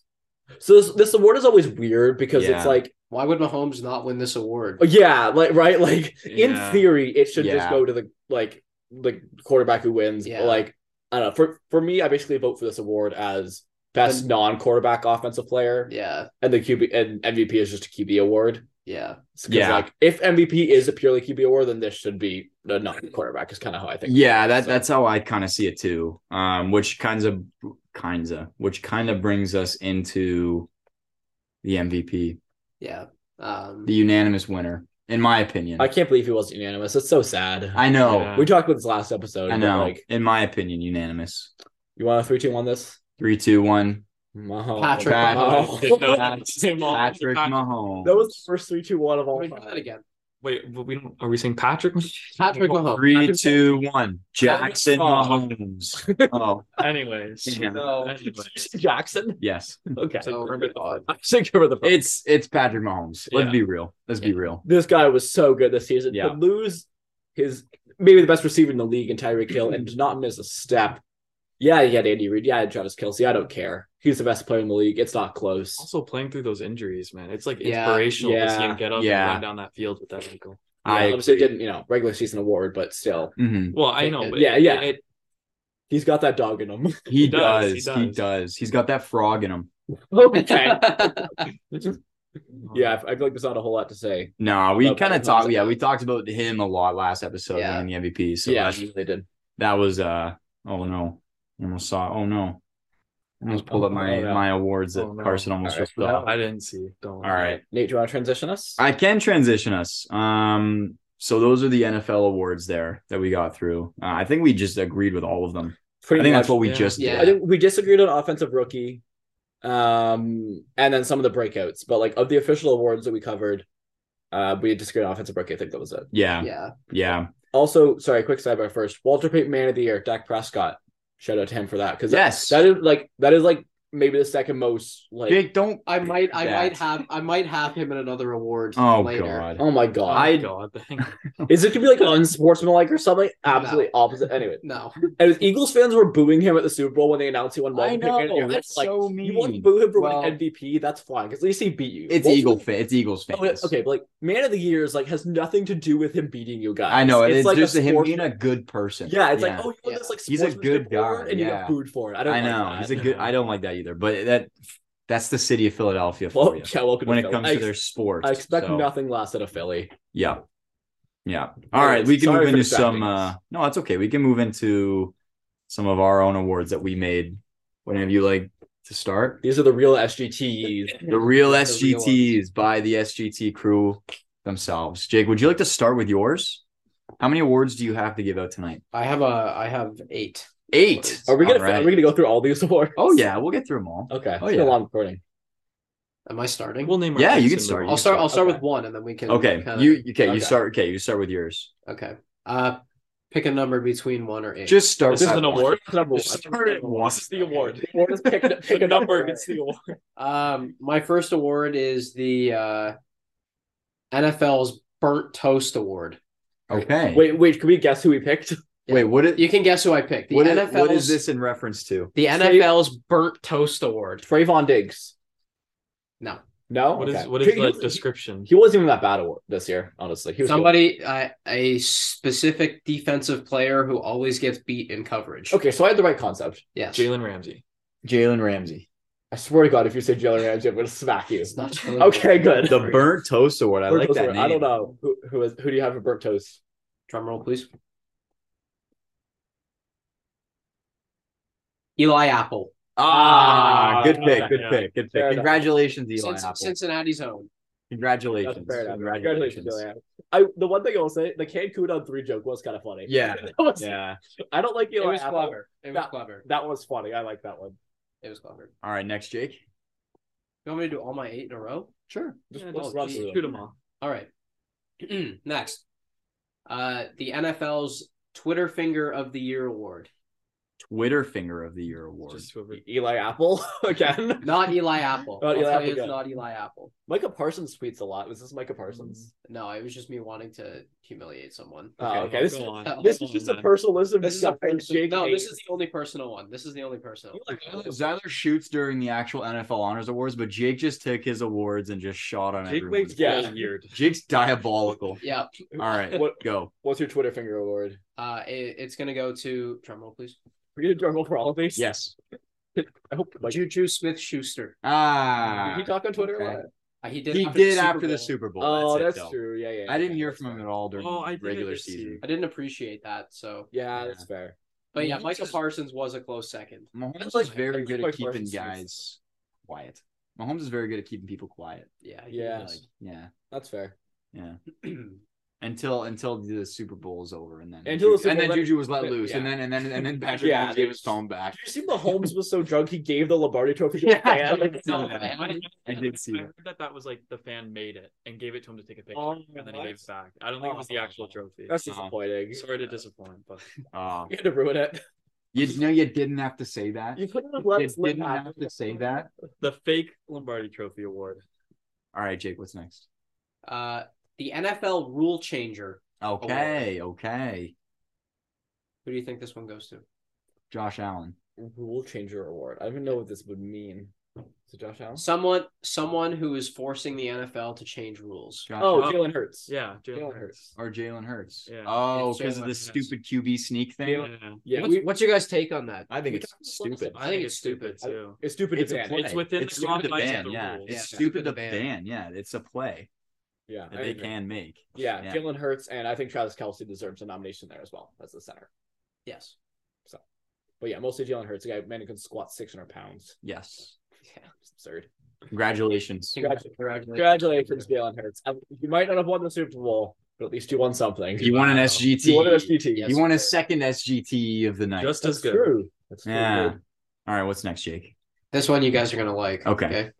S2: So this this award is always weird because
S1: Yeah.
S2: it's like
S3: Why would Mahomes not win this award?
S1: Oh,
S2: yeah, like right, (laughs) like
S4: Yeah.
S2: in theory it should
S1: Yeah.
S2: just go to the like the quarterback who wins.
S3: Yeah.
S2: But like I don't know. For for me, I basically vote for this award as best
S3: And-
S2: non-quarterback offensive player,
S3: Yeah,
S2: and the QB and MVP is just a QB award.
S3: yeah.
S1: Yeah.
S2: Yeah. Like if MVP is a purely QB award, then this should be a non-quarterback. Is kind of how I think.
S1: Yeah, that
S2: So-
S1: that's how I kind of see it too. Um, which kinds of kinds of which kind of brings us into the MVP,
S3: Yeah. Um,
S1: the unanimous winner, in my opinion.
S2: I
S1: I,
S2: can't believe he wasn't unanimous. It's so sad.
S1: know,
S4: Yeah.
S2: we talked about this last episode.
S1: Uh, I
S2: but,
S1: know.
S2: Like,
S1: in my opinion, unanimous.
S2: you want a three, two, one? This
S1: Three, two, one.
S2: Mahomes.
S3: Patrick
S1: Mahomes.
S2: Mahomes.
S4: No,
S1: Pat-
S4: Tim Mahomes.
S1: Patrick Mahomes.
S2: That was the first three, two, one of all
S3: wait, do that
S2: time.
S3: again.
S4: Wait, but we don't. Are we saying Patrick?
S3: Patrick Mahomes.
S1: Three,
S3: Patrick-
S1: two, one. Jackson
S4: Mahomes.
S1: Mahomes. Oh,
S4: (laughs) Anyways,
S1: Yeah.
S2: No.
S4: Anyways.
S2: (laughs) Jackson.
S1: yes. (laughs)
S2: Okay. (laughs)
S3: Oh my (laughs) God.
S2: I'm sick of the.
S1: It's it's Patrick Mahomes. Let's
S4: Yeah.
S1: be real. Let's be
S4: Yeah.
S1: real.
S2: this guy was so good this season.
S1: Yeah.
S2: To lose his maybe the best receiver in the league in Tyreek Hill and to not miss a step. Yeah, he had Andy Reid. Yeah, he had Travis Kelsey. I don't care. He's the best player in the league. It's not close.
S4: also playing through those injuries, man. It's like
S3: Yeah.
S4: inspirational to see
S2: Yeah.
S4: him get up
S1: Yeah.
S4: and run down that field with that ankle.
S1: I
S2: I obviously didn't, you know, regular season award, but still,
S1: Mhm.
S4: Well, I
S3: Like,
S4: know.
S3: uh,
S4: But
S2: yeah,
S4: it-
S2: yeah.
S4: It,
S2: he's got that dog in him. (laughs)
S1: He, does,
S4: does,
S1: He
S4: he
S1: does. He's got that frog in him.
S3: Oh,
S2: okay.
S4: Oh,
S2: yeah, I feel like there's not a whole lot to say.
S1: No, we
S2: Okay.
S1: kind of talked. Yeah, we talked about him a lot last episode
S3: Yeah.
S1: winning the MVP. So
S2: yeah,
S1: that,
S2: they did.
S1: that was uh. Oh no, almost saw. Oh no, almost pulled up my
S2: Oh, no.
S1: my awards that
S4: Oh, no.
S1: Carson almost
S2: All right.
S1: ripped off.
S4: I didn't see. Don't.
S1: All right.
S2: Nate, do you want to transition us?
S1: I can transition us. Um, so those are the NFL awards there that we got through. Uh, I think we just agreed with all of them. I
S2: Pretty
S1: think that's
S2: much.
S1: what we
S4: yeah.
S1: just did.
S3: Yeah.
S2: I think we disagreed on offensive rookie, um, and then some of the breakouts. But like of the official awards that we covered, uh, we disagreed on offensive rookie. I think that was it.
S1: Yeah, yeah,
S3: yeah.
S1: yeah.
S2: Also, sorry, quick sidebar first. Walter Payton Man of the Year, Dak Prescott. Shout out to him for that because
S1: Yes,
S2: that is like that is like maybe the second most like.
S1: Jake, don't.
S3: I might. I
S1: That.
S3: might have. I might have him in another award.
S1: Oh
S3: later.
S1: God.
S2: Oh my god!
S1: I-
S4: God, (laughs) dang.
S2: is it gonna be like unsportsmanlike or something? Absolutely opposite. Anyway,
S3: No.
S2: and his Eagles fans were booing him at the Super Bowl when they announced he won. Walter
S1: I
S2: Payton Man of the
S1: know,
S2: Year.
S1: that's
S2: like,
S1: so
S2: You want to
S1: mean.
S2: boo him for winning
S1: Well-
S2: MVP? That's fine because at least he beat you.
S1: It's
S2: Walter
S1: Eagle. Fa- it's Eagles fans.
S2: Oh, yeah, okay, but like man of the year is like has nothing to do with him beating you guys.
S1: I know it's,
S2: like
S1: just him
S2: sport-
S1: being a good person.
S2: Yeah, it's
S1: Yeah.
S2: like oh, you
S3: Yeah.
S2: know, this like
S1: He's a
S2: sportsmanship
S1: good guy,
S2: award, and you
S1: yeah.
S2: got booed for it. I don't.
S1: I
S2: like
S1: know
S2: that.
S1: he's a good. I don't like that either. But that that's the city of Philadelphia for
S2: (laughs) (laughs) Well,
S1: you
S2: yeah, welcome
S1: when
S2: to
S1: it comes
S2: Philly.
S1: to their sports.
S2: I, I expect
S1: so,
S2: nothing less out of Philly.
S1: Yeah, yeah. All right, we can
S2: Sorry
S1: move
S2: for
S1: into
S2: distracting
S1: some. Uh,
S2: us.
S1: no, that's okay. We can move into some of our own awards that we made. Whenever you like to start,
S2: These are the real
S1: (laughs)
S2: SGTs.
S1: the real
S3: The real
S1: SGTs by the SGT crew themselves. Jake, would you like to start with yours? How many awards do you have to give out tonight?
S3: I have a. I have eight.
S1: Eight.
S2: Are we gonna
S1: All right.
S2: are we gonna go through all these awards?
S1: Oh yeah, we'll get through them all.
S2: Okay.
S1: Oh,
S2: it's been
S1: yeah.
S2: a long recording.
S3: Am I starting?
S4: We'll name. Our
S1: Yeah, you
S4: picks
S1: can start.
S4: in the
S1: You
S3: I'll
S1: can
S3: start. I'll start
S2: okay.
S3: with one, and then we can.
S1: Okay,
S3: kinda-
S1: you okay?
S2: okay.
S1: You start. Okay, you start with yours.
S3: Okay. Uh, Pick a number between one or eight.
S1: Just start.
S4: This is
S1: with
S4: an
S1: that one.
S4: award.
S2: Number
S4: Just
S1: (laughs)
S4: start at one. This is the award.
S2: Or just pick,
S4: Pick a number gets the award.
S3: Um, my first award is the uh, NFL's Burnt Toast Award.
S1: Okay. Wait,
S2: Wait, wait. Can we guess who we picked?
S1: wait. What it?
S3: You can guess who I picked. The
S1: what, is,
S3: NFL's
S1: what is this in reference to?
S3: The NFL's Burnt Toast Award.
S2: Trayvon Diggs.
S3: No,
S2: No.
S4: What is
S2: Okay.
S4: what is
S2: he,
S4: the
S2: (laughs) he-
S4: description?
S2: he wasn't even that bad award this year, honestly. He was
S3: somebody uh, a specific defensive player who always gets beat in coverage.
S2: good. Okay, so I had the right concept.
S3: Yes.
S4: (laughs) Jalen Ramsey.
S1: Jalen Ramsey.
S2: I swear to God, if you say Jalen Ramsey, I'm gonna smack you.
S3: It's not Jalen
S2: Okay, good.
S1: The burnt toast award. I
S2: Burnt
S1: like
S2: toast
S1: that
S2: award.
S1: name.
S2: I don't know who who is who do you have for burnt toast.
S3: Drum roll, please. Eli Apple.
S1: Ah,
S2: Ah,
S1: good pick.
S4: okay,
S1: Good
S4: yeah.
S1: pick. Good
S2: Fair
S1: pick.
S2: enough.
S1: Congratulations, Eli
S3: Cin-
S1: Apple.
S3: Cincinnati's own.
S1: Congratulations.
S2: That's fair enough.
S1: Congratulations.
S2: Congratulations, Jalen. Ramsey. I the one thing I will say, the Cancun on three joke was kind of funny.
S1: Yeah.
S2: That was-
S1: Yeah.
S2: I don't like
S3: It
S2: Eli
S3: was
S2: Apple.
S3: clever. It was
S2: That-
S3: clever.
S2: That was funny. I like that one.
S3: It was clever.
S1: All right. Next, Jake.
S3: You want me to do all my eight in a row?
S1: Sure.
S4: Yeah,
S2: let's
S4: just
S2: run
S4: just
S2: through
S4: shoot
S2: them.
S4: them all.
S3: All right. (clears throat) Next. Uh the NFL's Twitter Finger of the Year award.
S1: Twitter Finger of the Year award.
S4: Just whoever-
S2: E-, Eli Apple (laughs) again.
S3: Not Eli Apple.
S2: Not
S3: I'll
S2: Eli
S3: tell
S2: Apple,
S3: you
S2: good.
S3: it's not Eli Apple.
S2: Micah Parsons tweets a lot. Was this Micah Parsons?
S3: No, it was just me wanting to humiliate someone.
S2: Oh,
S4: Okay,
S2: okay. This,
S4: go on.
S2: this
S4: Go
S2: is just
S4: on,
S2: a
S4: man.
S2: personalism.
S3: This is a
S2: behind
S3: person-
S2: Jake
S3: No,
S2: Hayes.
S3: this is the only personal one. This is the only personal. one.
S1: Zyler shoots during the actual NFL Honors Awards, but Jake just took his awards and just shot on
S4: Jake
S1: everyone.
S4: makes
S2: Yeah.
S4: yeah. weird.
S1: Jake's diabolical.
S3: Yeah.
S1: All right,
S2: (laughs) What-
S1: go.
S2: What's your Twitter finger award?
S3: Uh it, it's gonna go to drumroll, please.
S2: We get a drum roll for all of these.
S1: Yes.
S2: (laughs) I hope. Like,
S3: Juju Smith Schuster.
S1: Ah,
S2: did he talk on Twitter?
S1: okay.
S2: A lot?
S3: Uh, he did
S1: he
S3: after
S1: did
S3: Super
S1: after the
S3: Bowl.
S1: Super Bowl.
S2: Oh,
S1: it,
S2: that's,
S1: though.
S2: true. Yeah, yeah.
S1: I didn't
S2: yeah.
S1: hear from him at all during
S4: Oh, I think I
S1: regular
S4: did see
S1: season.
S3: I didn't appreciate that. So
S2: Yeah,
S1: Yeah.
S2: that's fair.
S3: but yeah,
S4: Mahomes
S3: Micah
S4: is-
S3: Parsons was a close second.
S1: Mahomes
S4: like-
S1: is very
S2: that's
S1: good
S2: like
S1: at keeping
S2: Parsons'
S1: guys quiet. Mahomes is very good at keeping people quiet.
S3: Yeah. he
S2: Yeah.
S1: Like,
S3: was. (clears throat)
S1: yeah,
S2: That's fair.
S1: until until the Super Bowl is over, and then
S2: Until the
S1: Juju, and
S2: Super
S1: then
S2: Bowl-
S1: Juju was let
S2: Yeah.
S1: loose, and then and then and
S2: (laughs)
S1: then Patrick
S2: Yeah.
S1: Mahomes gave his phone back.
S2: Did you see Mahomes was so drunk he gave the Lombardi Trophy to
S1: Yeah,
S2: a
S1: (laughs)
S2: fan?
S4: (laughs)
S1: I did see
S3: No,
S1: that.
S3: man.
S1: I did see
S4: I
S1: that.
S4: heard that that was like the fan made it and gave it to him to take a picture, (laughs)
S2: Oh,
S4: and then
S2: what?
S4: he gave it back. I don't think it was the actual trophy.
S2: That's
S1: Uh-huh.
S2: disappointing.
S4: Sorry to disappoint, but
S1: Oh,
S2: You had to ruin
S1: (laughs)
S2: it.
S1: you know you didn't have to say that.
S2: You couldn't have let
S1: You
S2: it slip
S1: didn't
S2: past.
S1: have to say that.
S4: the fake Lombardi Trophy award.
S1: All right, Jake, what's next?
S3: Uh, the NFL rule changer.
S2: Oh,
S1: Okay, okay.
S3: Who do you think this one goes to?
S1: Josh Allen.
S2: Rule changer award. I don't even know what this would mean. Is it Josh Allen?
S3: Someone, someone who is forcing the NFL to change rules.
S1: Josh
S2: Oh,
S1: Allen.
S2: Jalen Hurts.
S4: Yeah,
S2: Jalen
S4: Jalen
S2: Hurts.
S4: Hurts.
S1: or Jalen Hurts.
S4: Yeah.
S1: Oh,
S3: It's
S1: because
S3: Jalen
S1: of the
S4: Hurts.
S1: stupid QB sneak thing.
S4: Yeah.
S2: Yeah,
S3: what's,
S2: we-
S3: what's your guys' take on that?
S1: I think
S2: We
S1: it's
S2: talked about
S1: stupid.
S3: I think it's stupid.
S4: too.
S2: it's stupid.
S1: It's
S2: It's
S1: a
S2: banned.
S1: play.
S4: It's within
S1: it's
S4: the
S1: stupid to
S4: confines of
S1: ban,
S4: the
S1: yeah.
S4: rules.
S1: It's
S3: Yeah,
S1: stupid to ban, yeah. It's a play
S2: Yeah,
S1: that
S2: I
S1: they
S2: agree.
S1: can make.
S2: Yeah,
S1: Yeah.
S2: Jalen Hurts, and I think Travis Kelsey deserves a nomination there as well as the center.
S3: Yes.
S2: But yeah, mostly Jalen Hurts, a guy man who can squat 600 pounds.
S1: Yes.
S2: It's absurd.
S1: Congratulations.
S3: Congratulations.
S2: Congratulations, Jalen Hurts. Um, You might not have won the Super Bowl, but at least you won something.
S1: You won an
S4: Wow.
S1: SGT.
S2: You won an SGT.
S1: You won a second SGT of the night.
S4: Just
S2: That's
S4: as good.
S2: true. That's true.
S1: yeah. All right, what's next, Jake?
S3: This one you guys are gonna like.
S1: Okay.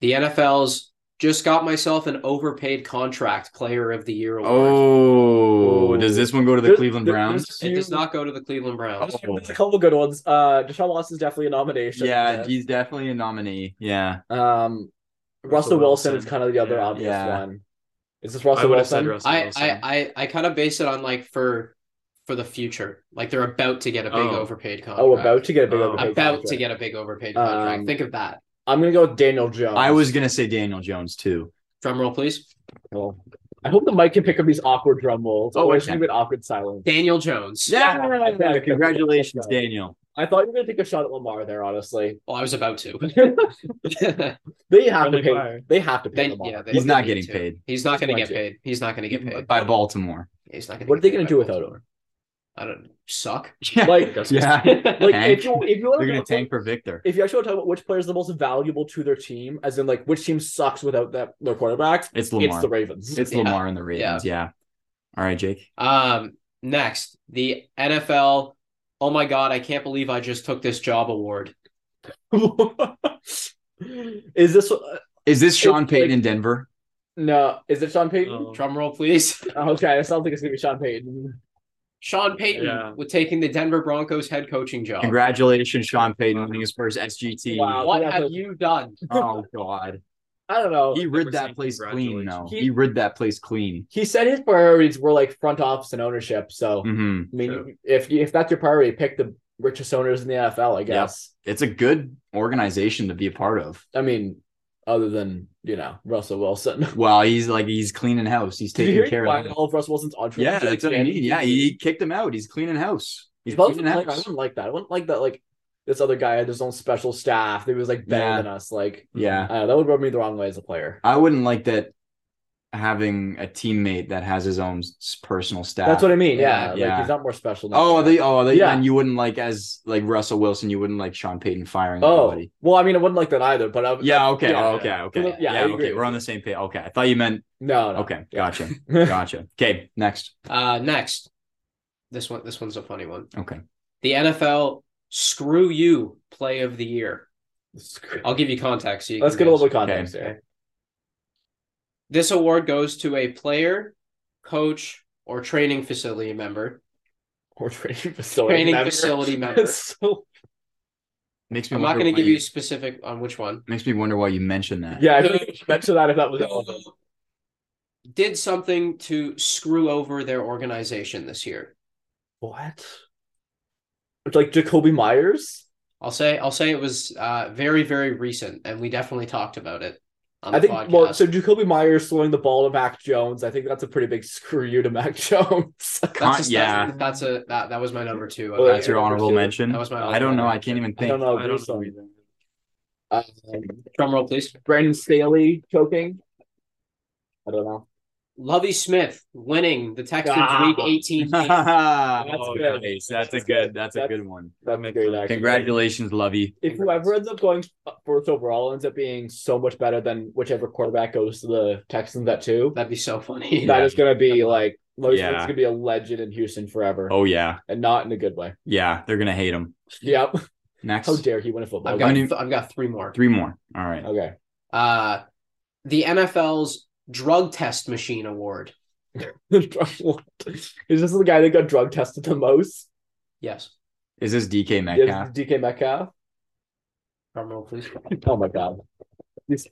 S3: The NFL's just got myself an overpaid contract player of the year award.
S1: Oh,
S2: Ooh.
S1: does this one go to the
S2: There's-
S1: Cleveland
S2: there-
S1: Browns?
S2: there's
S3: It does
S2: two-
S3: not go to the Cleveland Browns.
S1: Oh.
S2: There's a couple good ones. Uh, Deshaun Watson's definitely a nomination.
S1: Yeah, he's definitely a nominee. Yeah.
S2: Um, Russell,
S4: Russell
S2: Wilson,
S4: Wilson.
S2: is kind of the other
S4: Yeah.
S2: obvious
S1: Yeah.
S2: one. Is this
S4: I
S2: Russell
S4: would have
S2: Wilson?
S4: said Russell
S3: I,
S4: Wilson.
S3: I, I, I kind of base it on like for for the future. Like they're about to get a big
S4: Oh.
S3: overpaid contract.
S2: Oh, about to get a big
S4: Oh.
S2: overpaid
S3: Uh, about to
S2: contract.
S3: get a big overpaid contract.
S2: Um,
S3: Think of that.
S2: I'm gonna go with Daniel Jones.
S1: I was gonna say Daniel Jones too.
S3: Drum roll, please.
S2: Cool. I hope the mic can pick up these awkward drum rolls.
S1: Oh,
S2: Oh,
S1: it
S2: it's
S1: can.
S2: gonna be an awkward silence.
S3: Daniel Jones.
S2: Yeah.
S1: Congratulations,
S2: Yeah.
S1: Daniel.
S2: I thought you were gonna take a shot at Lamar there. Honestly,
S3: Well, Oh, I was
S1: (laughs)
S3: about to. (laughs)
S2: they have to
S4: Friendly
S2: pay.
S4: fire.
S2: They have to pay
S3: They-
S2: Lamar.
S3: yeah, they-
S1: He's not
S3: they
S1: getting
S3: need to.
S1: paid.
S3: He's not going to
S2: Might
S3: get
S2: be.
S3: paid. He's not going to get paid.
S1: by Baltimore. (laughs)
S3: He's not going.
S2: What are they gonna do without
S3: him? I don't suck.
S1: Yeah.
S2: like,
S4: That's-
S1: yeah.
S2: (laughs) like
S1: Tank.
S2: if you if you want
S1: They're gonna tank for Victor.
S2: If you actually want to talk about which player is the most valuable to their team, as in like which team sucks without that their quarterback,
S1: It's Lamar.
S2: it's the Ravens.
S1: It's
S3: Yeah.
S1: Lamar and the Ravens. Yeah. All right, Jake.
S3: Um, next, the NFL. Oh my God, I can't believe I just took this job award.
S2: (laughs) is this
S1: Is this Sean
S2: It's
S1: Payton
S2: like-
S1: in Denver?
S2: no? Is it Sean Payton? (laughs)
S4: Oh.
S3: Drum roll, please. (laughs)
S2: Okay, I don't think it's gonna be Sean Payton.
S3: Sean Payton
S4: Yeah.
S3: with taking the Denver Broncos head coaching job.
S1: Congratulations, Sean Payton, winning his first SGT.
S4: Wow.
S3: What
S4: That's
S3: have
S4: a-
S3: you done?
S1: Oh God,
S2: I don't know.
S1: he
S2: He,
S1: rid that place clean. Though
S2: He-
S1: he rid that place clean.
S2: said his priorities were like front office and ownership. So
S1: hmm
S2: I mean,
S4: True.
S2: if if that's your priority, pick the richest owners in the NFL. I guess.
S1: It's a good organization to be a part of.
S2: I mean, other than you know Russell Wilson. (laughs)
S1: Well, he's like he's cleaning house. He's taking care of.
S2: why
S1: It.
S2: all of Russell Wilson's entrepreneurs.
S1: Yeah, that's what I mean. Yeah, he kicked him out. He's cleaning house. He's
S2: He's both
S1: cleaning
S2: like, I
S1: house.
S2: wouldn't like that. I wouldn't like that. Like this other guy had his own special staff. That was like better
S1: Yeah.
S2: than us. Like I
S1: Yeah,
S2: don't know, that would rub me the wrong way as a player.
S1: I wouldn't like that having a teammate that has his own s- personal staff.
S2: That's what I mean.
S3: Yeah,
S2: Yeah,
S1: yeah.
S2: like he's not more special. Than
S1: Oh, they. Oh, they.
S2: Yeah.
S1: And you wouldn't like as like Russell Wilson. You wouldn't like Sean Payton firing
S2: Oh,
S1: anybody.
S2: well, I mean, I wouldn't like that either. But I,
S1: Yeah. Okay.
S2: yeah.
S1: oh, okay. Okay.
S2: Yeah, I agree
S1: okay.
S2: with
S1: We're on the same page. Okay. I thought you meant.
S2: no, no.
S1: Okay. Gotcha.
S2: (laughs) Okay.
S1: Gotcha. Okay. Next.
S3: Uh, next, this one. This one's a funny one.
S1: Okay.
S3: The NFL screw you play of the year. I'll give you context. So you
S2: Let's
S3: can
S2: get a
S3: guess.
S2: little bit of context
S1: Okay.
S2: here.
S3: This award goes to a player, coach, or training facility member.
S2: Or training facility.
S3: Training
S2: member. (laughs)
S3: facility member.
S2: It's so-
S1: Makes me.
S3: I'm not
S1: wonder
S3: going to
S1: why
S3: give you specific on which one.
S1: Makes me wonder why you mentioned that.
S2: yeah, I didn't mention that if that was
S3: Did something to screw over their organization this year.
S2: what? It's like Jacoby Myers.
S3: I'll say I'll say it was uh, very very recent, and we definitely talked about it on the
S2: I think
S3: podcast.
S2: well, so Jacoby Myers throwing the ball to Mac Jones. I think that's a pretty big (laughs) screw you to Mac Jones. (laughs)
S1: Con-
S3: that's just-
S1: yeah.
S3: that's, that's a that, that was my number two.
S2: Well,
S1: That's your
S2: Yeah,
S1: honorable
S2: pursue it.
S1: mention.
S3: That was my
S1: I don't know. I can't even
S2: I
S1: think. (laughs)
S2: don't know.
S4: I don't know
S2: Bruce,
S4: either.
S2: um,
S3: drum roll, please.
S2: Brandon Staley choking. I don't know.
S3: Lovey Smith winning the Texans
S2: Ah.
S3: Week
S1: (laughs)
S3: 18 game.
S1: that's
S4: Oh,
S1: good.
S2: nice.
S1: That's a good.
S2: That's good.
S1: That's a
S2: That's-
S1: good one.
S2: That's
S4: makes
S2: great.
S4: sense.
S2: actually.
S1: Congratulations, Lovey.
S2: If
S3: Congrats.
S2: whoever ends up going first overall ends up being so much better than whichever quarterback goes to the Texans at two,
S3: That'd be so
S1: Yeah.
S3: funny.
S2: that is going to be like Lois
S1: Yeah.
S2: going to be a legend in Houston forever,
S1: Oh yeah,
S2: and not in a good way.
S1: yeah. They're gonna hate him.
S2: Yep.
S1: Next.
S2: How dare he win a football?
S3: I've
S1: How
S3: got
S1: many-
S3: th- I've got three more.
S1: Three more. All right.
S2: Okay. (laughs)
S3: Uh, the NFL's drug test machine award.
S2: is this the guy that got drug tested the most?
S3: Yes.
S1: Is this DK
S2: Yes,
S1: Metcalf?
S2: DK Metcalf.
S3: Drum roll, please.
S2: Oh my god. This-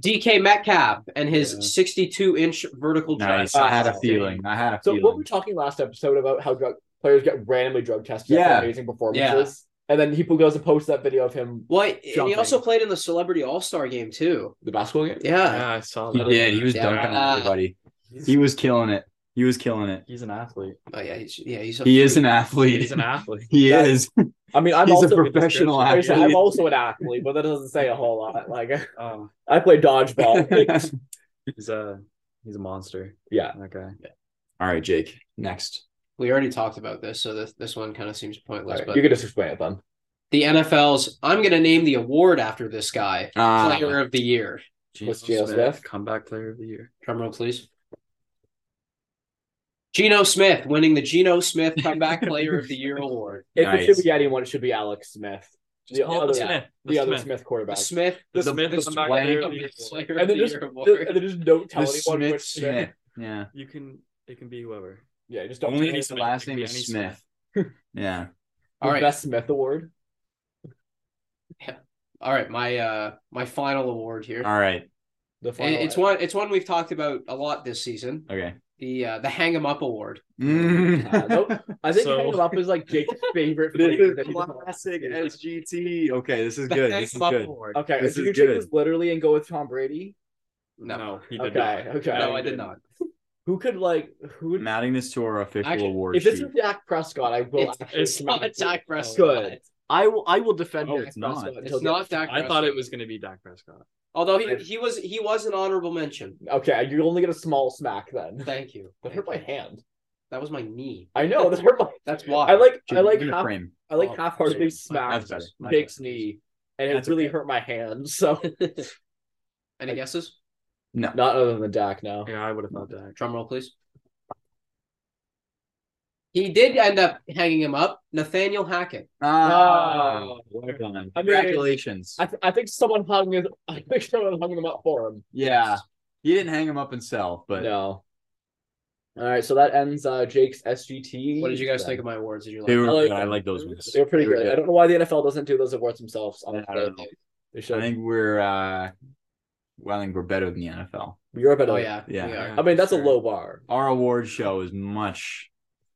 S3: DK Metcalf and his
S2: Yeah.
S3: 62 inch vertical drive.
S1: Nice. I had a
S2: Wow.
S1: feeling. I had a
S2: So what we
S1: feeling.
S2: were talking last episode about how drug players get randomly drug tested
S1: Yeah.
S2: after amazing performances, and then he goes and posts that video of him
S3: Well, and he
S2: Jumping.
S3: also played in the Celebrity All Star game, too.
S2: the basketball game.
S3: Yeah.
S4: Yeah, I saw
S1: He
S4: that.
S1: did. He was
S3: Yeah.
S1: dunking
S3: Uh,
S1: on everybody. He was killing it. He was killing it.
S4: He's an athlete.
S3: Oh, yeah. He's, yeah, he's a
S1: He is
S3: freak.
S1: an athlete.
S4: He's an athlete.
S1: (laughs) he
S2: That-
S1: is.
S2: I mean, I'm
S1: He's a
S2: also
S1: professional
S2: I said,
S1: athlete.
S2: I'm also an athlete, but that doesn't say a whole lot. Like
S4: Oh,
S2: I play
S1: (laughs)
S2: dodgeball.
S4: he's a he's a monster.
S2: yeah,
S4: Okay.
S1: All right, Jake. Next.
S3: We already talked about this, so this, this one kind of seems pointless.
S2: Alright,
S3: But
S2: you can just explain it then.
S3: the NFL's, I'm going to name the award after this guy,
S1: Uh,
S3: Player of the Year.
S2: What's Geno Smith?
S4: Comeback player of the year.
S3: Drum roll, please. Geno Smith winning the Geno Smith Comeback Player of the
S4: (laughs)
S3: Year award.
S2: If
S1: Nice.
S2: it should be anyone, it should be Alex Smith, the
S4: Yeah,
S2: other,
S4: the Smith. The
S2: the other
S4: Smith.
S2: Smith, quarterback.
S3: Smith
S4: The
S1: The-
S4: Smith
S1: the
S4: comeback
S1: Swank.
S4: player of the
S3: Player
S4: year.
S3: of
S2: And
S3: the
S2: they just,
S3: Year award.
S2: and they just don't
S1: The
S2: tell anyone
S1: Smith,
S2: which Smith.
S1: Smith. Yeah.
S4: You can. It can be whoever.
S2: Yeah, just don't.
S1: Only
S2: tell
S1: if the
S2: anyone.
S1: last
S4: It could
S1: name
S4: be
S1: is
S4: any
S1: Smith. Yeah.
S2: The
S3: All right.
S2: best Smith award.
S3: All right, my uh my final award here.
S1: All right.
S2: The
S3: And
S2: final
S3: it's
S2: one.
S3: one it's one we've talked about a lot this season.
S1: Okay.
S3: The uh the hang 'em up award.
S2: Uh, nope. I
S3: (laughs)
S2: think
S4: So-
S2: hanging him up is like
S1: (laughs)
S2: Jake's favorite.
S1: This
S2: phrase
S1: is
S2: that he doesn't like.
S1: classic SGT. Okay, this
S3: (laughs)
S1: is
S3: The
S1: good.
S3: hang
S1: This
S3: 'em
S1: is
S3: up
S1: good.
S3: award.
S2: Okay,
S1: This
S2: did
S1: is
S2: you take
S1: good.
S2: this literally and go with Tom Brady?
S3: No. No,
S4: he did
S2: Okay,
S4: not.
S2: okay.
S3: I did not.
S2: Who could like who
S1: I'm
S2: would
S1: adding this to our official
S3: Actually,
S1: award
S2: if this
S1: sheet.
S2: is Dak Prescott, I will
S3: It's,
S2: actually (laughs)
S3: it's not Dak Prescott.
S2: Good. I will I will defend
S1: Oh,
S2: Dak
S1: it's not.
S2: Prescott until
S3: It's not
S2: the-
S3: Dak
S4: I
S3: Prescott.
S4: thought it was going to be Dak Prescott.
S3: Although he, he was he was an honorable mention.
S2: Okay, you only get a small smack then.
S3: Thank (laughs) you.
S2: That hurt my hand.
S3: That was my knee.
S2: I know that hurt my
S3: That's why.
S2: I like
S1: Jake,
S2: I like
S1: give it a
S2: half
S1: frame.
S2: I like
S3: Oh,
S2: half heartedly
S3: sorry. My-
S1: That's
S2: smacked
S1: better. My
S2: Jake's
S1: bad.
S2: knee and
S1: That's
S2: it really
S1: okay.
S2: hurt my hand, so (laughs)
S3: Any guesses?
S1: No.
S2: not other than Dak now.
S4: Yeah, I would have thought Dak.
S3: Drum roll, please. He did end up hanging him up. Nathaniel Hackett.
S1: Ah,
S2: Oh.
S1: well done.
S2: I mean-
S1: Congratulations.
S2: I, th- I think someone hung his, (laughs) I think someone hung them up for him.
S1: yeah. He didn't hang him up himself, but
S2: no. All right, so that ends uh, Jake's SGT.
S3: What did you guys think of my awards? Did you
S1: They
S3: like?
S1: were
S2: I like
S1: good. I
S2: them.
S1: like those ones.
S2: They're pretty
S1: They were
S2: good.
S1: good.
S2: I don't know why the NFL doesn't do those awards themselves.
S1: I
S2: On
S1: don't know.
S2: They should.
S1: I think we're uh well, I think we're better than the NFL.
S2: You're better.
S3: Oh
S2: than-
S3: yeah,
S1: Yeah.
S3: we are.
S2: I mean, that's a
S4: Sure.
S2: low bar.
S1: Our award show is much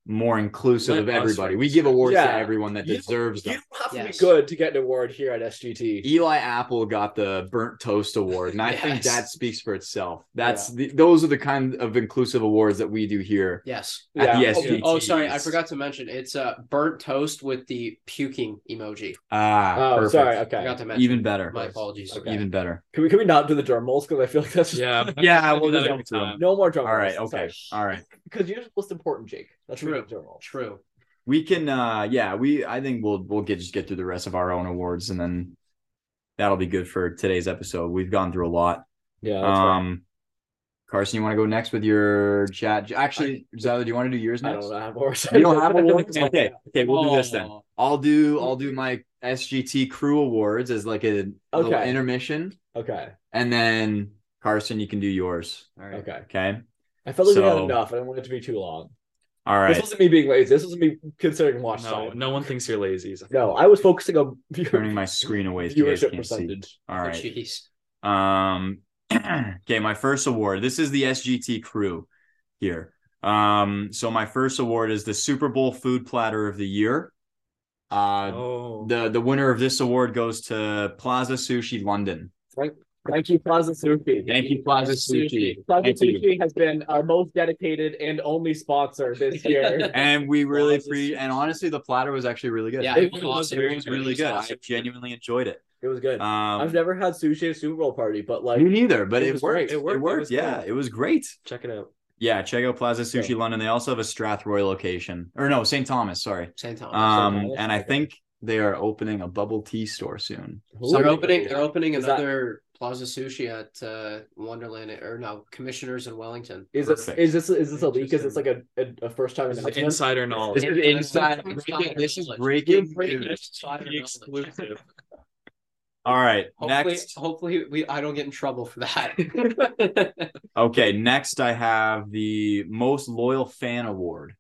S1: more inclusive
S4: Let
S1: of
S4: us
S1: everybody. We
S4: represent.
S1: give awards
S2: Yeah.
S1: to everyone that
S2: You-
S1: deserves
S2: You
S1: them.
S2: don't have
S3: Yes.
S2: to be good to get an award here at SGT.
S1: Eli Apple got the burnt toast award, and I think
S3: Yes.
S1: that speaks for itself. That's the, those are the kind of inclusive awards that we do here
S3: Yes.
S1: at
S2: Yeah.
S1: the
S3: Oh,
S1: SGT.
S3: oh, sorry, I forgot to mention it's a uh, burnt toast with the puking emoji.
S1: Ah,
S2: Oh,
S1: perfect.
S2: sorry.
S3: I
S2: Okay.
S3: Forgot to mention.
S1: Even better.
S3: My apologies.
S2: Okay.
S1: Even better.
S2: Can we can we not do the drum rolls? Because I feel like that's (laughs) just
S4: Yeah,
S1: Yeah,
S4: we'll
S1: we'll
S4: do
S1: just
S4: that
S1: go
S4: every
S1: through
S4: time.
S2: no more drum
S1: All right.
S2: rolls.
S1: Okay. All right.
S2: Because you're just most important, Jake. That's the
S3: True.
S2: Drum rolls.
S3: True.
S1: We can. uh Yeah. We. I think we'll. We'll get just get through the rest of our own awards, and then that'll be good for today's episode. We've gone through a lot.
S2: Yeah. Oh, That's right.
S1: Um, Carson, you want to go next with your chat? Actually, Zyla, do you want to do yours
S2: I
S1: next?
S2: don't know. I'm more (laughs)
S1: You don't have awards. Okay. (laughs) Okay. We'll do this
S4: Oh.
S1: then. I'll do I'll do my SGT crew awards as like a little
S2: Okay.
S1: intermission,
S2: Okay.
S1: and then Carson, you can do yours.
S3: All right.
S2: Okay.
S1: Okay.
S2: I felt like we had
S1: So-
S2: enough. I don't want it to be too long.
S1: All right.
S2: This wasn't me being lazy. This wasn't me considering watch
S4: No,
S2: time.
S4: no one thinks you're lazy. So-
S2: No, I was focusing on (laughs) viewer-
S1: Turning my screen away so you guys can't
S2: viewership
S1: see.
S2: percentage.
S1: All
S3: Oh,
S1: right.
S3: Jeez.
S1: Um. (clears throat) okay. My first award. This is the SGT crew here. Um. So my first award is the Super Bowl food platter of the year. Uh.
S4: Oh,
S1: The the winner of this award goes to Plaza Sushi London.
S2: Thank you, Plaza Sushi.
S1: Thank you, Plaza Sushi.
S2: Plaza
S1: Thank you.
S2: Sushi has been our most dedicated and only sponsor
S1: (laughs)
S2: this (laughs) year.
S1: and we really
S2: Plaza
S1: pre and honestly the platter was actually really good.
S3: Yeah,
S1: it,
S3: it
S1: was,
S3: was
S1: awesome.
S3: awesome.
S1: it was really good. I
S3: Awesome.
S1: genuinely enjoyed it.
S2: it was good. I've
S1: Um,
S2: never had sushi at a Super Bowl party, but like
S1: me neither, but
S2: it
S1: it,
S2: was
S1: worked.
S2: great.
S1: It
S4: It
S1: worked. It
S4: worked. It
S1: worked.
S4: was
S1: yeah,
S4: good.
S1: it was great.
S4: check it out.
S1: Yeah, check out Plaza Sushi
S2: Yeah.
S1: London. They also have a Strathroy location, or no, St. Thomas. Sorry.
S3: Same time.
S1: Um,
S2: Thomas,
S1: and I
S2: okay.
S1: think they are opening a bubble tea store soon.
S3: So they're opening. They're opening
S2: Is that-
S3: another Plaza Sushi at uh, Wonderland or no Commissioners in Wellington.
S2: Is this
S1: Perfect.
S2: is this is this a leak? Is this like a, a, a first time
S4: This is
S2: announcement?
S4: insider
S1: This
S4: knowledge.
S1: is inside. breaking- This is breaking. news.
S4: The exclusive.
S1: All right,
S3: Hopefully,
S1: next.
S3: hopefully we I don't get in trouble
S2: (laughs)
S3: for that.
S1: Okay, next I have the most loyal fan award.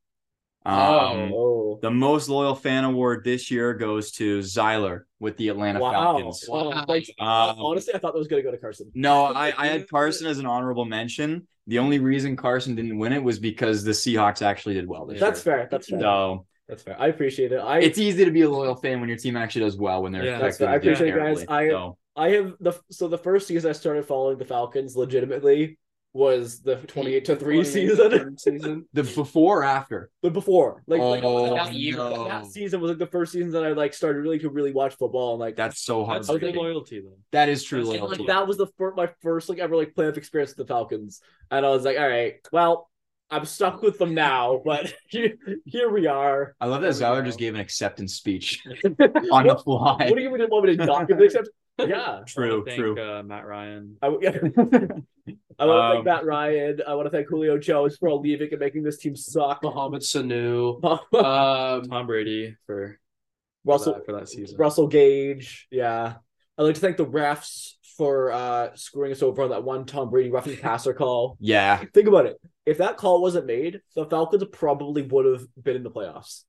S1: Um,
S3: Oh.
S2: Oh,
S1: The most loyal fan award this year goes to Zyler with the Atlanta
S2: wow!
S1: Falcons.
S3: (laughs)
S2: Wow. Like,
S1: Um,
S2: Uh, honestly, I thought that was gonna go to Carson.
S1: No, I, I had Carson as an honorable mention. The only reason Carson didn't win it was because the Seahawks actually did well this
S2: That's
S1: year.
S2: fair. That's fair.
S1: So
S2: That's fair. I appreciate it. I
S1: it's easy to be a loyal fan when your team actually does well when they're
S4: Yeah.
S2: That's
S1: expected.
S2: fair. I
S1: to do
S2: appreciate it, guys.
S1: terribly.
S2: I-
S1: So,
S2: I have the so the first season I started following the Falcons legitimately was the twenty eight to three
S3: 28
S2: (laughs) season.
S3: third season.
S1: the before or after?
S2: the before, like, like
S1: oh,
S3: that year,
S1: no.
S2: that season was like the first season that I like started really to really watch football and like
S1: That's so hard.
S4: (laughs) That's
S1: to
S4: like
S1: do.
S4: loyalty, though.
S1: That is true
S4: That's
S2: And,
S1: loyalty.
S2: like that was the first, my first like ever like playoff experience with the Falcons, and I was like, all right, well, I'm stuck with them now, but (laughs) here, here we
S1: (laughs)
S2: are.
S1: I love that
S2: There we
S1: Zyler
S2: go. (laughs)
S1: just gave an acceptance speech on the
S2: what,
S1: fly.
S2: what do you mean? Want me to not give the exception? Yeah,
S1: (laughs) True,
S4: I thank,
S1: true.
S4: Uh, Matt Ryan.
S2: (laughs) I, yeah. I want to
S1: Um,
S2: thank Matt Ryan. I want to thank Julio Jones for leaving and making this team suck. (laughs)
S3: Mohamed Sanu.
S2: Russell
S3: Um,
S4: Tom Brady for for that, for that season.
S2: Russell Gage. Yeah, I'd like to thank the refs for uh screwing us over on that one Tom Brady roughing passer call.
S1: yeah,
S2: Think about it. If that call wasn't made, the Falcons probably would have been in the playoffs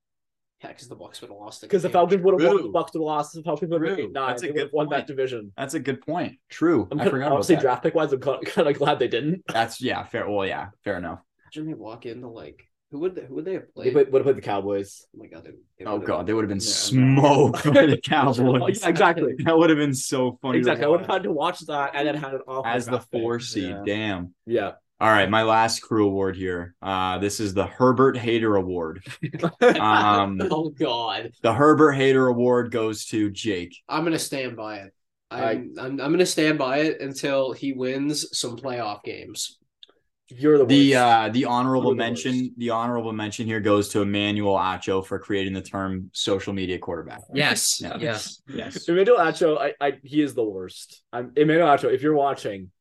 S3: yeah, because the Bucks would have lost
S2: because the Falcons would have won.
S1: True.
S2: The Bucks would have lost. The Falcons would
S1: True.
S2: have been eight nine.
S1: That's a
S2: they would
S1: good
S2: have won
S1: point.
S2: that division.
S1: that's a good point. True.
S2: I'm
S1: I
S2: kinda-
S1: forgot about
S2: honestly
S1: that.
S2: draft pick wise. I'm kind of glad they didn't.
S1: That's yeah, fair. Well, yeah, fair enough.
S3: Jimmy walk into like who would they, who would they have
S2: They
S3: played?
S2: would have played the Cowboys.
S3: oh my god! They, they
S1: Oh
S3: would've-
S1: god, they would have been
S4: Yeah.
S1: smoked by the
S2: (laughs) Oh,
S1: Cowboys.
S2: yeah, exactly.
S1: That would have been so funny. to
S2: Exactly. I would have
S1: watch.
S2: had to watch that and then had an off
S1: as the four seed.
S4: Yeah.
S1: Damn.
S2: Yeah.
S1: All right, my last crew award here. Uh, this is the Herbert Hater
S2: (laughs)
S1: Award. Um,
S3: (laughs) oh god!
S1: the Herbert Hater Award goes to Jake.
S3: I'm gonna stand by it. I'm, I'm I'm gonna stand by it until he wins some playoff games.
S2: You're the worst.
S1: The uh, the honorable
S2: You're the
S1: mention,
S2: worst.
S1: the honorable mention here goes to Emmanuel Acho for creating the term social media quarterback. (laughs)
S3: Yes.
S1: Yeah.
S3: Yes.
S1: Yes.
S2: uh, Emmanuel Acho, I, I he is the worst. I'm Emmanuel Acho, if you're watching,